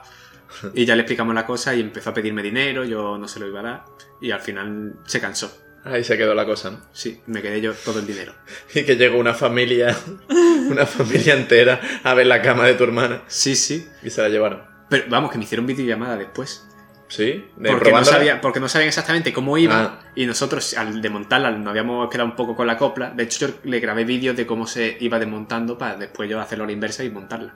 Speaker 3: Y ya le explicamos la cosa y empezó a pedirme dinero, yo no se lo iba a dar. Y al final se cansó.
Speaker 2: Ahí se quedó la cosa, ¿no?
Speaker 3: Sí, me quedé yo todo el dinero.
Speaker 2: Y que llegó una familia, una familia entera a ver la cama de tu hermana
Speaker 3: Sí, sí.
Speaker 2: y se la llevaron.
Speaker 3: Pero vamos, que me hicieron videollamada después.
Speaker 2: ¿Sí? ¿De
Speaker 3: Porque no,
Speaker 2: probándola?
Speaker 3: sabía, porque no sabían exactamente cómo iba.
Speaker 2: Ah.
Speaker 3: Y nosotros, al desmontarla, nos habíamos quedado un poco con la copla. De hecho, yo le grabé vídeos de cómo se iba desmontando para después yo hacerlo a la inversa y montarla.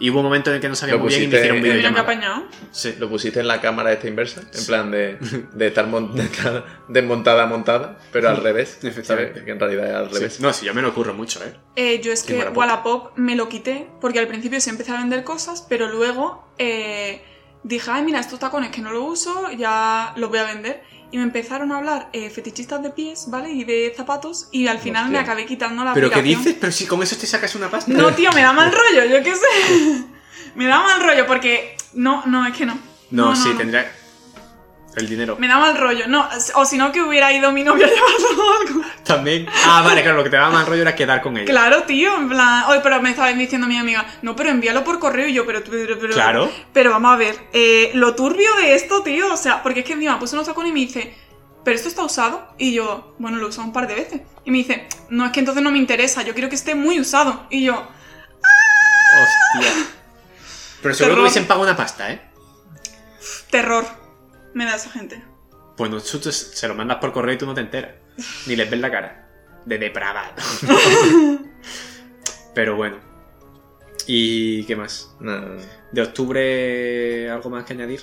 Speaker 3: Y hubo un momento en el que no sabía
Speaker 2: Lo
Speaker 3: muy bien y me
Speaker 2: pusiste
Speaker 3: hicieron
Speaker 2: en-
Speaker 4: ¿Te hubieran
Speaker 3: videollamada.
Speaker 4: apañado?
Speaker 3: Sí.
Speaker 2: ¿Lo pusiste en la cámara esta inversa? En plan de, de estar mon- de estar desmontada a montada, pero al revés.
Speaker 3: Efectivamente.
Speaker 2: ¿sabes? Que en realidad es al
Speaker 3: Sí.
Speaker 2: revés.
Speaker 3: No, sí, yo me lo ocurro mucho, ¿eh?
Speaker 4: Eh, yo es
Speaker 3: Qué
Speaker 4: que
Speaker 3: mala
Speaker 4: Wallapop.
Speaker 3: pop.
Speaker 4: me lo quité porque al principio se empecé a vender cosas, pero luego eh, dije, ay, mira, estos tacones que no lo uso, ya los voy a vender. Y me empezaron a hablar eh, fetichistas de pies, ¿vale? Y de zapatos, y al final me
Speaker 2: Hostia.
Speaker 4: acabé quitando la
Speaker 3: ¿Pero qué
Speaker 4: aplicación.
Speaker 3: dices? Pero si con eso te sacas una pasta.
Speaker 4: No, tío, me da mal rollo, yo qué sé. me da mal rollo porque... No, no, es que no.
Speaker 3: No, sí,
Speaker 4: no.
Speaker 3: tendría. El dinero.
Speaker 4: Me da mal rollo, no. O si no, que hubiera ido mi novio a llevarlo o algo.
Speaker 3: También. Ah, vale, claro, lo que te daba más rollo era quedar con ella.
Speaker 4: Claro, tío, en plan. Oye, pero me estaban diciendo mi amiga, no, pero envíalo por correo y yo, pero. tú- pero, pero-
Speaker 3: Claro.
Speaker 4: Pero vamos a ver, eh, lo turbio de esto, tío, o sea, porque es que encima puso unos tacones y me dice, pero esto está usado. Y yo, bueno, lo he usado un par de veces. Y me dice, no, es que entonces no me interesa, yo quiero que esté muy usado. Y yo,
Speaker 3: Hostia. Pero seguro que
Speaker 4: Terror.
Speaker 3: hubiesen pagado una pasta, ¿eh?
Speaker 4: terror, me da esa gente.
Speaker 3: Pues nosotros se lo mandas por correo y tú no te enteras. Ni les ves la cara. De depravado. Pero bueno. ¿Y qué más?
Speaker 2: No, no, no.
Speaker 3: ¿De octubre algo más que añadir?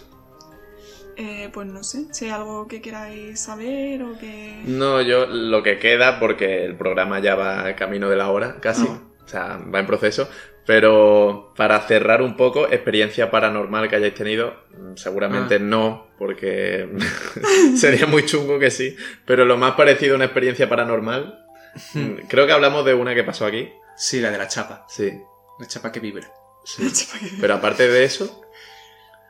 Speaker 4: Eh, pues no sé, si hay algo que queráis saber o que.
Speaker 2: No, yo lo que queda, porque el programa ya va camino de la hora, casi.
Speaker 3: Ah.
Speaker 2: O sea, va en proceso. Pero para cerrar un poco, experiencia paranormal que hayáis tenido, mm, seguramente
Speaker 3: Ah.
Speaker 2: no, porque sería muy chungo que sí. Pero lo más parecido a una experiencia paranormal, mm, creo que hablamos de una que pasó aquí.
Speaker 3: Sí, la de la chapa.
Speaker 2: Sí.
Speaker 3: La chapa que vibra.
Speaker 2: Pero aparte de eso,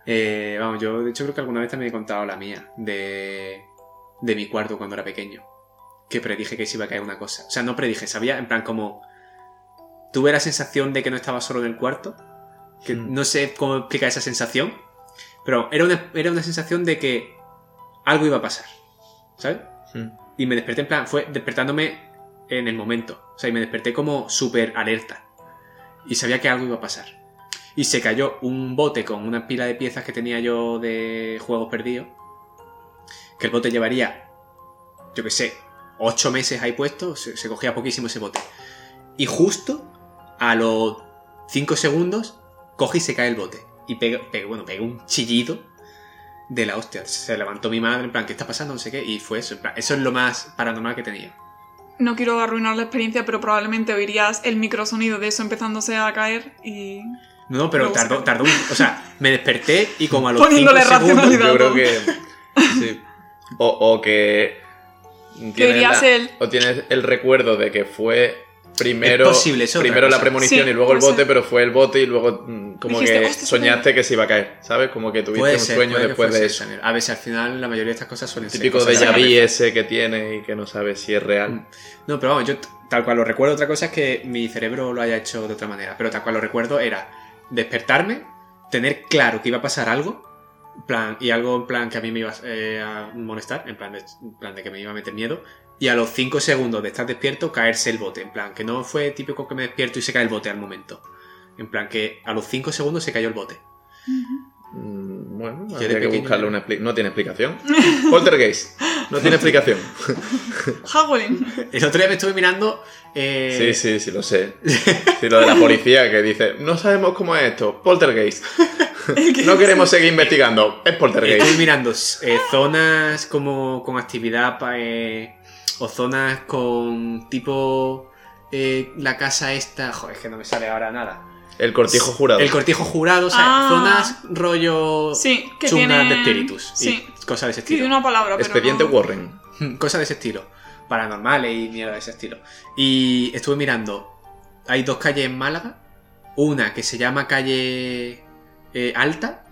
Speaker 3: Eh, vamos, yo de hecho creo que alguna vez también he contado la mía. De, de mi cuarto cuando era pequeño. Que predije que se iba a caer una cosa. O sea, no predije, sabía en plan como... Tuve la sensación de que no estaba solo en el cuarto. que
Speaker 2: mm,
Speaker 3: no sé cómo explicar esa sensación, pero era una, era una sensación de que algo iba a pasar, ¿sabes?
Speaker 2: mm,
Speaker 3: Y me desperté en plan, fue despertándome en el momento, o sea, y me desperté como súper alerta, y sabía que algo iba a pasar. Y se cayó un bote con una pila de piezas que tenía yo de juegos perdidos, que el bote llevaría, yo qué sé, ocho meses ahí puesto, se, se cogía poquísimo ese bote. Y justo a los 5 segundos, coge y se cae el bote. Y pega, pega- bueno, pega un chillido de la hostia. Se levantó mi madre, en plan, ¿qué está pasando? No sé qué. Y fue eso. en plan, eso es lo más paranormal que tenía.
Speaker 4: No quiero arruinar la experiencia, pero probablemente oirías el microsonido de eso empezándose a caer y.
Speaker 3: No, pero
Speaker 4: Me gusta.
Speaker 3: tardó, tardó un- O sea, me desperté y como a los 5
Speaker 4: Poniéndole
Speaker 3: segundos...
Speaker 4: racionalidad.
Speaker 2: yo creo que. Sí. O, o que. tienes
Speaker 4: Querías
Speaker 2: la-
Speaker 4: el.
Speaker 2: O tienes el recuerdo de que fue primero,
Speaker 3: Es posible, es otra
Speaker 2: primero la
Speaker 3: cosa.
Speaker 2: premonición
Speaker 4: Sí,
Speaker 2: y luego el
Speaker 4: puede
Speaker 2: bote,
Speaker 4: ser.
Speaker 2: pero fue el bote y luego mm, como
Speaker 4: Dijiste,
Speaker 2: que
Speaker 4: "Hostia,
Speaker 2: soñaste que se iba a caer, ¿sabes? Como que tuviste
Speaker 3: Puede
Speaker 2: un
Speaker 3: ser,
Speaker 2: sueño
Speaker 3: puede que
Speaker 2: después
Speaker 3: fuese
Speaker 2: de
Speaker 3: esa
Speaker 2: eso.
Speaker 3: mierda. A veces al final la mayoría de estas cosas suelen
Speaker 2: Típico
Speaker 3: ser...
Speaker 2: de
Speaker 3: cosas la
Speaker 2: Yaví
Speaker 3: cabeza.
Speaker 2: ese que tiene y que no sabe si es real.
Speaker 3: No, pero vamos, yo t- tal cual lo recuerdo, otra cosa es que mi cerebro lo haya hecho de otra manera, pero tal cual lo recuerdo era despertarme, tener claro que iba a pasar algo, en plan, y algo en plan que a mí me iba eh, a molestar, en plan, de, en plan de que me iba a meter miedo, y a los 5 segundos de estar despierto caerse el bote, en plan, que no fue típico que me despierto y se cae el bote al momento. En plan que a los 5 segundos se cayó el bote.
Speaker 2: Mm, Bueno,
Speaker 3: Yo de
Speaker 2: habría que
Speaker 3: pequeño
Speaker 2: buscarle
Speaker 3: era-
Speaker 2: una expli- No tiene explicación. Poltergeist. No tiene explicación.
Speaker 4: Howling.
Speaker 3: El otro día me estuve mirando...
Speaker 2: Sí,
Speaker 3: eh,
Speaker 2: sí, sí, lo sé. Sí, lo de la policía que dice, no sabemos cómo es esto. Poltergeist. No queremos seguir investigando. Es
Speaker 3: Estoy
Speaker 2: poltergeist.
Speaker 3: mirando eh, zonas como con actividad pa- eh, o zonas con tipo eh, la casa esta. Joder, es que no me sale ahora nada.
Speaker 2: El cortijo jurado.
Speaker 3: El cortijo jurado, o sea,
Speaker 4: Ah.
Speaker 3: zonas rollo.
Speaker 4: Sí, que
Speaker 3: chungas
Speaker 4: tienen-
Speaker 3: de espíritus.
Speaker 4: Sí.
Speaker 3: Y cosas de ese estilo.
Speaker 4: Tiene una palabra, pero.
Speaker 2: Expediente
Speaker 4: no-
Speaker 2: Warren.
Speaker 3: Mm, Cosas de ese estilo. Paranormales y mierda de ese estilo. Y estuve mirando. Hay dos calles en Málaga. Una que se llama calle eh, Alta.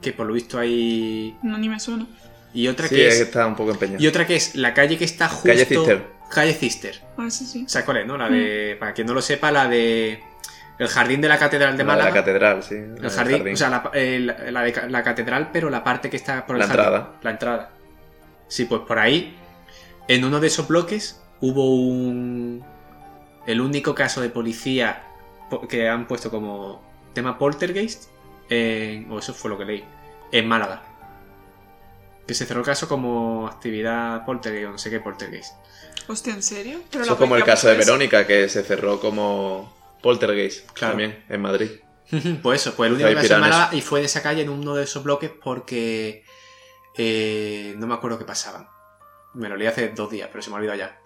Speaker 3: Que por lo visto hay.
Speaker 4: No, ni me suena.
Speaker 3: Y otra
Speaker 2: Sí,
Speaker 3: que
Speaker 2: es
Speaker 3: es.
Speaker 2: que está un poco empeñado.
Speaker 3: Y otra que es la calle que está justo.
Speaker 2: Calle Cister.
Speaker 3: Calle Cister.
Speaker 4: A ver si sí.
Speaker 3: ¿Sabes cuál es, no? La de. Para quien no lo sepa, la de. El jardín de la catedral
Speaker 2: La
Speaker 3: de
Speaker 2: de
Speaker 3: Málaga.
Speaker 2: la catedral, sí.
Speaker 3: El jardín, o sea, la, eh, la- la de ca- la catedral, pero la parte que está por el
Speaker 2: La
Speaker 3: jardín.
Speaker 2: entrada.
Speaker 3: La entrada. Sí, pues por ahí, en uno de esos bloques, hubo un. El único caso de policía po- que han puesto como tema poltergeist, en- o eso fue lo que leí, en Málaga. Que se cerró el caso como actividad poltergeist, o no sé qué poltergeist.
Speaker 4: Hostia, ¿en serio? Pero
Speaker 2: Eso
Speaker 4: la
Speaker 2: es como el
Speaker 4: policía
Speaker 2: caso de
Speaker 4: puso eso.
Speaker 2: Verónica, que se cerró como Poltergeist
Speaker 3: Claro.
Speaker 2: también en Madrid.
Speaker 3: Pues eso, pues el único
Speaker 2: Hay
Speaker 3: que se
Speaker 2: pirañas.
Speaker 3: llamaba y fue en esa calle, en uno de esos bloques, porque eh, no me acuerdo qué pasaban. Me lo leí hace dos días, pero se me ha olvidado ya.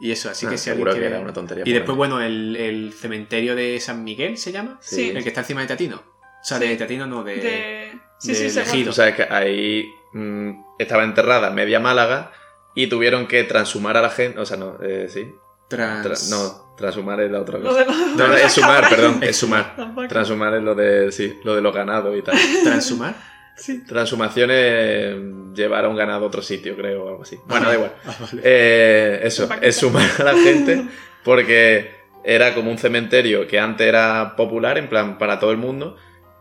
Speaker 3: Y eso, así que
Speaker 2: Ah,
Speaker 3: si alguien
Speaker 2: seguro que
Speaker 3: quiere...
Speaker 2: era una tontería.
Speaker 3: Y después,
Speaker 2: por
Speaker 3: bueno, el, el cementerio de San Miguel se llama,
Speaker 4: Sí.
Speaker 3: el que está encima de Tatino. O sea,
Speaker 4: Sí.
Speaker 3: de Tatino no, de...
Speaker 4: De... Sí,
Speaker 3: de
Speaker 4: sí, se
Speaker 3: elegido.
Speaker 2: Tú sabes que ahí mm, estaba enterrada media Málaga y tuvieron que transumar a la gente. O sea, no, eh, sí.
Speaker 3: Trans...
Speaker 2: Tra- no, transumar es la otra
Speaker 4: Lo
Speaker 2: cosa.
Speaker 4: de la-
Speaker 2: No, no, es sumar, perdón, es sumar.
Speaker 4: La vaca.
Speaker 2: Transumar es lo de, sí, lo de los ganados y tal.
Speaker 3: Transhumar.
Speaker 4: Sí.
Speaker 2: Transhumación es llevar a un ganado a otro sitio, creo, o algo así. Bueno,
Speaker 3: Ah,
Speaker 2: da igual.
Speaker 3: ah, vale.
Speaker 2: Eh, eso,
Speaker 4: Paquita.
Speaker 2: es sumar a la gente porque era como un cementerio que antes era popular, en plan, para todo el mundo,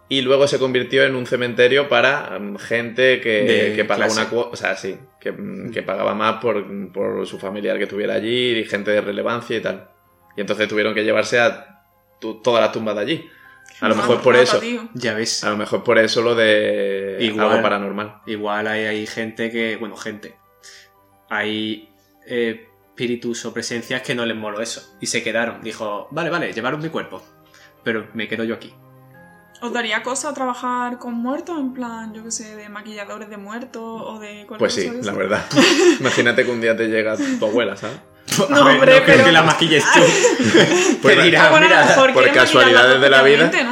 Speaker 2: y luego se convirtió en un cementerio para mm, gente que,
Speaker 3: De
Speaker 2: que pagaba
Speaker 3: clase.
Speaker 2: una cuota, o sea, sí, que, mm, que pagaba más por, por su familiar que estuviera allí y gente de relevancia y tal. Y entonces tuvieron que llevarse a tu- todas las tumbas de allí. A lo
Speaker 4: Una
Speaker 2: mejor por
Speaker 4: rata,
Speaker 2: eso.
Speaker 4: tío.
Speaker 3: Ya ves,
Speaker 2: A lo mejor por eso lo de
Speaker 3: Igual.
Speaker 2: algo paranormal.
Speaker 3: Igual hay, hay gente que. Bueno, gente. Hay eh, espíritus o presencias que no les moló eso. Y se quedaron. Dijo, vale, vale, llevaron mi cuerpo. Pero me quedo yo aquí.
Speaker 4: ¿Os daría cosa trabajar con muertos? En plan, yo qué sé, de maquilladores de muertos o de cualquier
Speaker 2: Pues sí,
Speaker 4: cosa de
Speaker 2: la
Speaker 4: esa?
Speaker 2: verdad. Imagínate que un día te llega tu abuela, ¿sabes?
Speaker 3: A
Speaker 4: No, hombre,
Speaker 3: no creo
Speaker 4: pero-
Speaker 3: que la maquilles tú.
Speaker 2: Pues
Speaker 3: Te dirá,
Speaker 4: Ah, bueno, a lo
Speaker 3: mira,
Speaker 4: mejor
Speaker 2: por
Speaker 4: quieres maquillarla
Speaker 2: casualidades de la vida.
Speaker 4: completamente,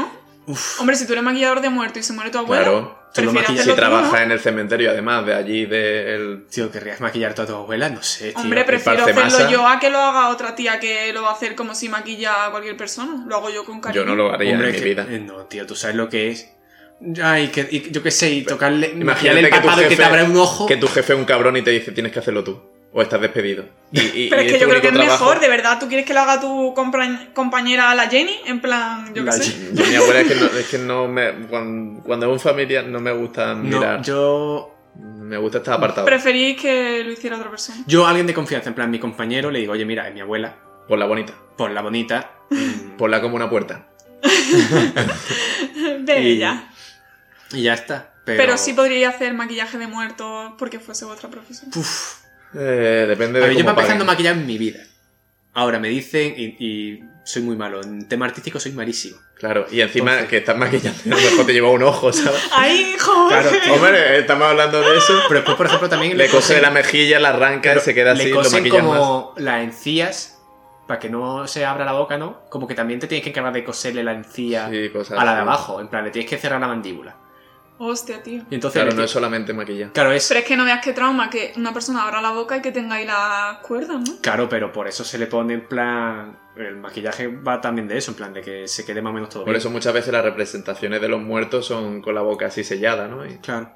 Speaker 4: ¿no? Hombre, si tú eres maquillador de muertos y se muere tu abuela,
Speaker 2: Claro.
Speaker 3: tú lo
Speaker 4: prefieres hacerlo
Speaker 3: maquillas
Speaker 2: si
Speaker 4: tú, ¿no?
Speaker 2: trabaja en el cementerio, además de allí del.
Speaker 3: Tío, ¿querrías maquillar tú a tu abuela? No sé, tío.
Speaker 4: Hombre, prefiero
Speaker 2: parche
Speaker 4: hacerlo
Speaker 2: masa.
Speaker 4: yo a que lo haga otra tía que lo va a hacer como si maquilla a cualquier persona. Lo hago yo con cariño.
Speaker 2: Yo no lo haría
Speaker 3: Hombre,
Speaker 2: en mi
Speaker 3: que-
Speaker 2: vida.
Speaker 3: eh, No, tío, tú sabes lo que es. Ay, que, y- yo qué sé, y tocarle.
Speaker 2: Imagínate
Speaker 3: maquillarle el
Speaker 2: que tu
Speaker 3: papado y que te
Speaker 2: jefe-
Speaker 3: abra un ojo.
Speaker 2: Que tu jefe es un cabrón y te dice tienes que hacerlo tú. O estás despedido. Y, y-
Speaker 4: Pero
Speaker 2: y
Speaker 4: es que
Speaker 2: tu
Speaker 4: yo creo que es
Speaker 2: único trabajo-
Speaker 4: mejor, de verdad. ¿Tú quieres que lo haga tu compra- compañera la Jenny? En plan, yo qué
Speaker 3: La
Speaker 4: sé.
Speaker 3: Jenny.
Speaker 2: Yo, mi abuela es que no, es que no me. Cuando, cuando es un familiar no me gusta mirar.
Speaker 3: No, yo.
Speaker 2: Me gusta estar apartado.
Speaker 4: Preferís que lo hiciera otra persona.
Speaker 3: Yo a alguien de confianza, en plan, mi compañero, le digo, oye, mira, es mi abuela,
Speaker 2: Por la bonita.
Speaker 3: por la bonita. mm,
Speaker 2: Por la como una puerta.
Speaker 4: De
Speaker 3: Y-
Speaker 4: ella.
Speaker 3: Y ya está. Pero,
Speaker 4: Pero sí podría hacer maquillaje de muertos porque fuese vuestra profesión.
Speaker 3: Uf.
Speaker 2: Eh, depende de.
Speaker 3: A ver, yo
Speaker 2: cómo
Speaker 3: para empezar no
Speaker 2: paguen.
Speaker 3: maquillar en mi vida. Ahora me dicen, y, y soy muy malo, en tema artístico soy malísimo.
Speaker 2: Claro, y encima
Speaker 3: Entonces-
Speaker 2: que estás maquillando, a lo mejor te lleva un ojo, ¿sabes?
Speaker 4: ¡Ay, joder!
Speaker 3: Claro, tío.
Speaker 2: Hombre, estamos hablando de eso.
Speaker 3: Pero después, por ejemplo, también
Speaker 2: Le cose
Speaker 3: cosen-
Speaker 2: la mejilla, la arranca, se queda
Speaker 3: le
Speaker 2: así, lo
Speaker 3: cosen
Speaker 2: maquillas más.
Speaker 3: como las encías, para que no se abra la boca, ¿no? Como que también te tienes que encargar de coserle la encía
Speaker 2: Sí, cosas
Speaker 3: a la de
Speaker 2: así.
Speaker 3: abajo, en plan, le tienes que cerrar la mandíbula.
Speaker 4: Hostia, tío.
Speaker 3: Y entonces,
Speaker 2: Claro,
Speaker 3: le
Speaker 2: no
Speaker 3: ti-
Speaker 2: es solamente maquillar.
Speaker 3: claro, es
Speaker 4: Pero es que no veas qué trauma que una persona abra la boca y que tenga ahí las cuerdas, ¿no?
Speaker 3: Claro, pero por eso se le pone en plan. El maquillaje va también de eso, en plan de que se quede más o menos todo
Speaker 2: Por
Speaker 3: bien.
Speaker 2: eso muchas veces las representaciones de los muertos son con la boca así sellada, ¿no? Y-
Speaker 3: Claro.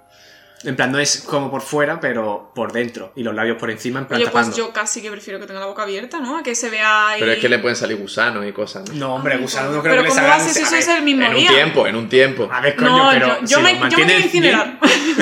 Speaker 3: En plan, no es como por fuera, pero por dentro. Y los labios por encima, en plan
Speaker 4: Oye, pues
Speaker 3: tapando.
Speaker 4: yo casi que prefiero que tenga la boca abierta, ¿no? A que se vea ahí...
Speaker 2: Pero es que le pueden salir gusanos y cosas, ¿no?
Speaker 3: No, hombre, gusano no creo
Speaker 4: Pero
Speaker 3: que
Speaker 4: ¿cómo
Speaker 3: le salga.
Speaker 4: haces
Speaker 3: a
Speaker 4: eso?
Speaker 3: ver,
Speaker 4: Es el mismo
Speaker 2: En un
Speaker 4: día.
Speaker 2: tiempo, en un tiempo.
Speaker 3: A ver,
Speaker 4: No,
Speaker 3: coño, pero.
Speaker 4: yo- yo
Speaker 3: si
Speaker 4: me-
Speaker 3: lo
Speaker 4: yo me quiero
Speaker 3: mantienes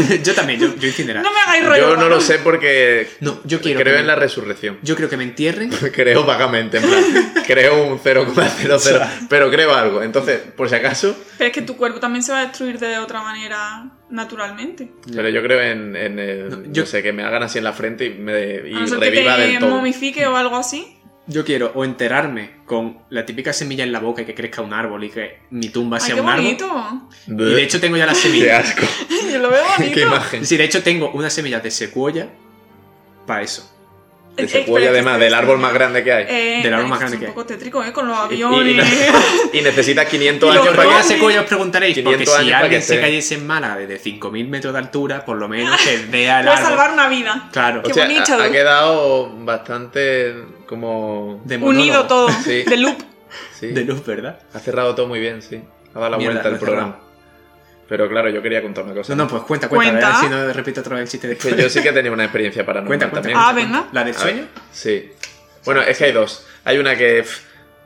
Speaker 3: bien- yo también, yo, yo incinerar.
Speaker 4: No me hagáis rollo.
Speaker 2: Yo no lo
Speaker 4: guapo.
Speaker 2: sé porque
Speaker 3: No, yo quiero.
Speaker 2: creo
Speaker 3: que
Speaker 2: en
Speaker 3: me-
Speaker 2: la resurrección.
Speaker 3: Yo creo que me entierren.
Speaker 2: Creo vagamente, en plan, creo un 0,00, pero creo algo. Entonces, por si acaso,
Speaker 4: Pero es que tu cuerpo también se va a destruir de otra manera naturalmente.
Speaker 2: pero yo creo en, en el-
Speaker 3: No,
Speaker 2: no,
Speaker 3: yo-
Speaker 2: sé, que me hagan así en la frente y, me, y
Speaker 4: a no ser que
Speaker 2: reviva
Speaker 4: te
Speaker 2: del todo.
Speaker 4: momifique o algo así.
Speaker 3: Yo quiero o enterarme con la típica semilla en la boca y que crezca un árbol y que mi tumba
Speaker 4: Ay,
Speaker 3: sea
Speaker 4: qué
Speaker 3: un árbol.
Speaker 4: bonito.
Speaker 3: Y de hecho tengo ya la semilla.
Speaker 2: qué asco,
Speaker 4: Yo lo veo
Speaker 2: qué
Speaker 4: bonito.
Speaker 2: imagen.
Speaker 3: Sí, de hecho tengo una semilla de secuoya para eso.
Speaker 2: De
Speaker 4: Eh,
Speaker 2: secuoya,
Speaker 4: espera,
Speaker 2: además,
Speaker 4: espera,
Speaker 2: del árbol
Speaker 4: espera.
Speaker 2: más grande que hay.
Speaker 4: Eh,
Speaker 3: Del árbol
Speaker 4: ay,
Speaker 3: más
Speaker 4: esto
Speaker 3: grande
Speaker 4: es
Speaker 3: que
Speaker 4: Un
Speaker 3: hay.
Speaker 4: poco tétrico, ¿eh? Con los
Speaker 2: Y,
Speaker 4: aviones.
Speaker 2: y necesitas 500
Speaker 4: Y los
Speaker 2: años para
Speaker 3: ya
Speaker 4: zombies.
Speaker 2: que
Speaker 3: sé cuál os preguntaréis, porque
Speaker 2: 500 años
Speaker 3: si
Speaker 2: para
Speaker 3: alguien
Speaker 2: que
Speaker 3: se
Speaker 2: esté.
Speaker 3: cayese en Málaga desde 5.000 metros de altura, por lo menos que vea el
Speaker 4: Puede
Speaker 3: árbol.
Speaker 4: salvar una vida.
Speaker 3: Claro.
Speaker 4: Qué
Speaker 2: O sea,
Speaker 4: bonito.
Speaker 2: ha, ha quedado bastante como...
Speaker 3: De
Speaker 4: Unido
Speaker 3: monólogo.
Speaker 4: todo.
Speaker 2: Sí.
Speaker 4: De loop.
Speaker 2: sí.
Speaker 3: De luz, ¿verdad?
Speaker 2: Ha cerrado todo muy bien, sí. Ha dado la
Speaker 3: Mierda,
Speaker 2: vuelta
Speaker 3: lo
Speaker 2: el
Speaker 3: he
Speaker 2: programa. Pero claro, yo quería contar una cosa.
Speaker 3: No, no, pues cuenta, cuenta.
Speaker 4: Cuenta.
Speaker 3: A ver si no repito otra vez el chiste de
Speaker 2: Que yo sí que he tenido una experiencia paranormal
Speaker 3: Cuenta, cuenta.
Speaker 2: también.
Speaker 4: Ah,
Speaker 3: cuenta.
Speaker 4: venga.
Speaker 3: ¿La del
Speaker 2: A
Speaker 3: sueño?
Speaker 2: ver, Sí. Bueno, es que hay dos. Hay una que, pf,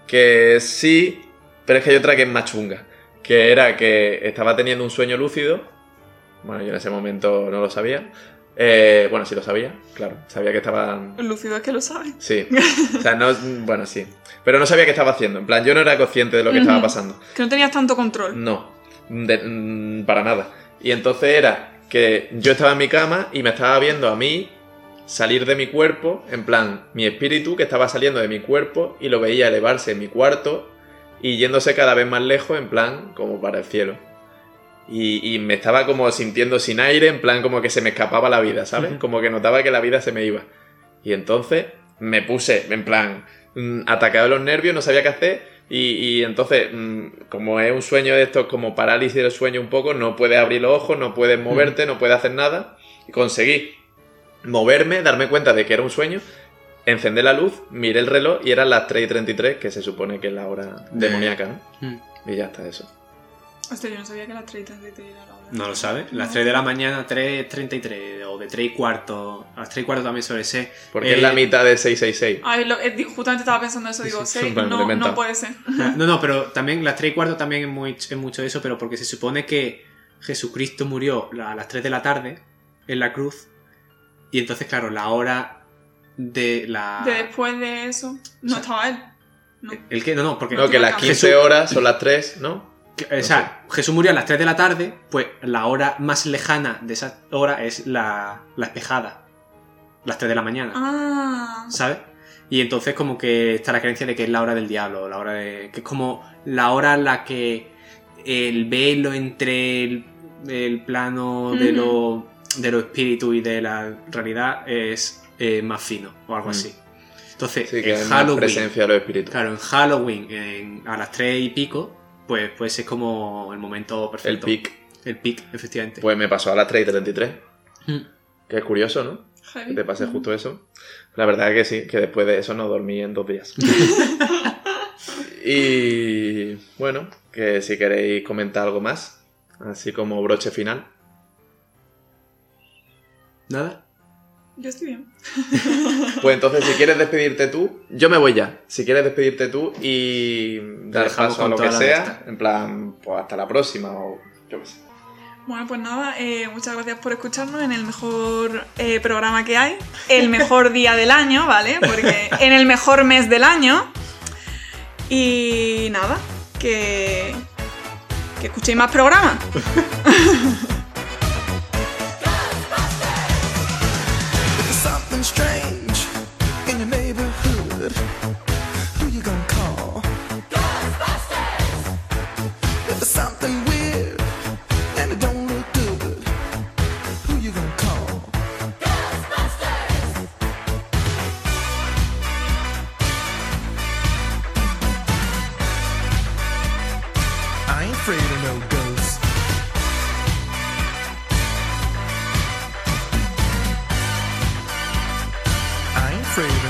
Speaker 2: que sí, pero es que hay otra que es más chunga. Que era que estaba teniendo un sueño lúcido. Bueno, yo en ese momento no lo sabía. Eh, bueno, sí lo sabía, claro. Sabía que estaba
Speaker 4: Lúcido es que lo sabe.
Speaker 2: Sí. O sea, no. Bueno, sí. Pero no sabía qué estaba haciendo. En plan, yo no era consciente de lo que estaba
Speaker 4: Ujú.
Speaker 2: pasando.
Speaker 4: Que no tenías tanto control.
Speaker 2: No. de- mm, para nada. Y entonces era que yo estaba en mi cama y me estaba viendo a mí salir de mi cuerpo. En plan, mi espíritu que estaba saliendo de mi cuerpo y lo veía elevarse en mi cuarto y yéndose cada vez más lejos, en plan, como para el cielo. Y, y me estaba como sintiendo sin aire, en plan como que se me escapaba la vida, ¿sabes?
Speaker 3: Ujú.
Speaker 2: Como que notaba que la vida se me iba. Y entonces me puse, en plan, mm, atacado de los nervios, no sabía qué hacer. Y, y entonces, mm, como es un sueño de estos, como parálisis del sueño un poco, no puedes abrir los ojos, no
Speaker 3: Mm.
Speaker 2: puedes moverte, no puedes hacer nada. Y conseguí moverme, darme cuenta de que era un sueño, encender la luz, miré el reloj y eran las 3 y 33, que se supone que es la hora
Speaker 3: De-
Speaker 2: demoníaca, ¿no?
Speaker 3: Mm.
Speaker 2: Y ya está eso.
Speaker 4: Hostia, yo no sabía que las 3.30 era la hora.
Speaker 3: No lo sabes. Las 3 de la mañana, 3.33 o de 3 y cuarto. A las 3 y cuarto también suele ser.
Speaker 2: Porque
Speaker 3: Eh,
Speaker 2: es la mitad de 666.
Speaker 4: Ay, lo- eh, di- justamente estaba pensando eso, digo,
Speaker 2: Sí,
Speaker 4: seis,
Speaker 2: súper
Speaker 4: no,
Speaker 2: elemental.
Speaker 4: no puede ser.
Speaker 3: No, no, pero también las 3 y cuarto también es, muy, es mucho eso, pero porque se supone que Jesucristo murió la- a las 3 de la tarde en la cruz. Y entonces, claro, la hora de la.
Speaker 4: De después de eso,
Speaker 3: O sea,
Speaker 4: no estaba él. No.
Speaker 3: ¿El qué? No, no, porque.
Speaker 2: No, que las 15
Speaker 3: Jesús-
Speaker 2: horas son las 3, ¿no?
Speaker 3: que- o sea, Jesús murió a las 3 de la tarde, pues la hora más lejana de esa hora es la, la espejada. Las 3 de la mañana.
Speaker 4: Ah,
Speaker 3: ¿sabes? Y entonces como que está la creencia de que es la hora del diablo, la hora de... que es como la hora en la que el velo entre el, el plano de lo, de lo espíritu y de la realidad es eh, más fino o algo
Speaker 2: Mm.
Speaker 3: así. Entonces,
Speaker 2: Sí, que
Speaker 3: en
Speaker 2: es la
Speaker 3: Eh, Halloween,
Speaker 2: presencia de los espíritus.
Speaker 3: claro, en Halloween en- a las 3 y pico, pues, pues es como el momento
Speaker 2: el
Speaker 3: perfecto.
Speaker 2: pic.
Speaker 3: El pic, efectivamente.
Speaker 2: Pues me pasó a las 3 y 33.
Speaker 3: Mm.
Speaker 2: Que es curioso, ¿no? Que
Speaker 4: heavy.
Speaker 2: te pase justo eso. La verdad que sí, que después de eso no dormí en dos días. y bueno, que si queréis comentar algo más, así como broche final.
Speaker 3: ¿Nada?
Speaker 4: Yo estoy bien.
Speaker 2: Pues entonces, si quieres despedirte tú, yo me voy ya. Si quieres despedirte tú y dar
Speaker 3: dejamos
Speaker 2: paso a
Speaker 3: con
Speaker 2: lo
Speaker 3: toda
Speaker 2: que
Speaker 3: la
Speaker 2: sea,
Speaker 3: lista.
Speaker 2: en plan, pues hasta la próxima o yo qué sé.
Speaker 4: Bueno, pues nada, eh, muchas gracias por escucharnos en el mejor eh, programa que hay, el mejor día del año, ¿vale? Porque en el mejor mes del año. Y nada, que, que escuchéis más programas.
Speaker 5: something strange in your neighborhood. Who you gonna call? Ghostbusters! If there's something weird and it don't look good, who you gonna call? Ghostbusters! I ain't afraid of no ghosts. I ain't afraid of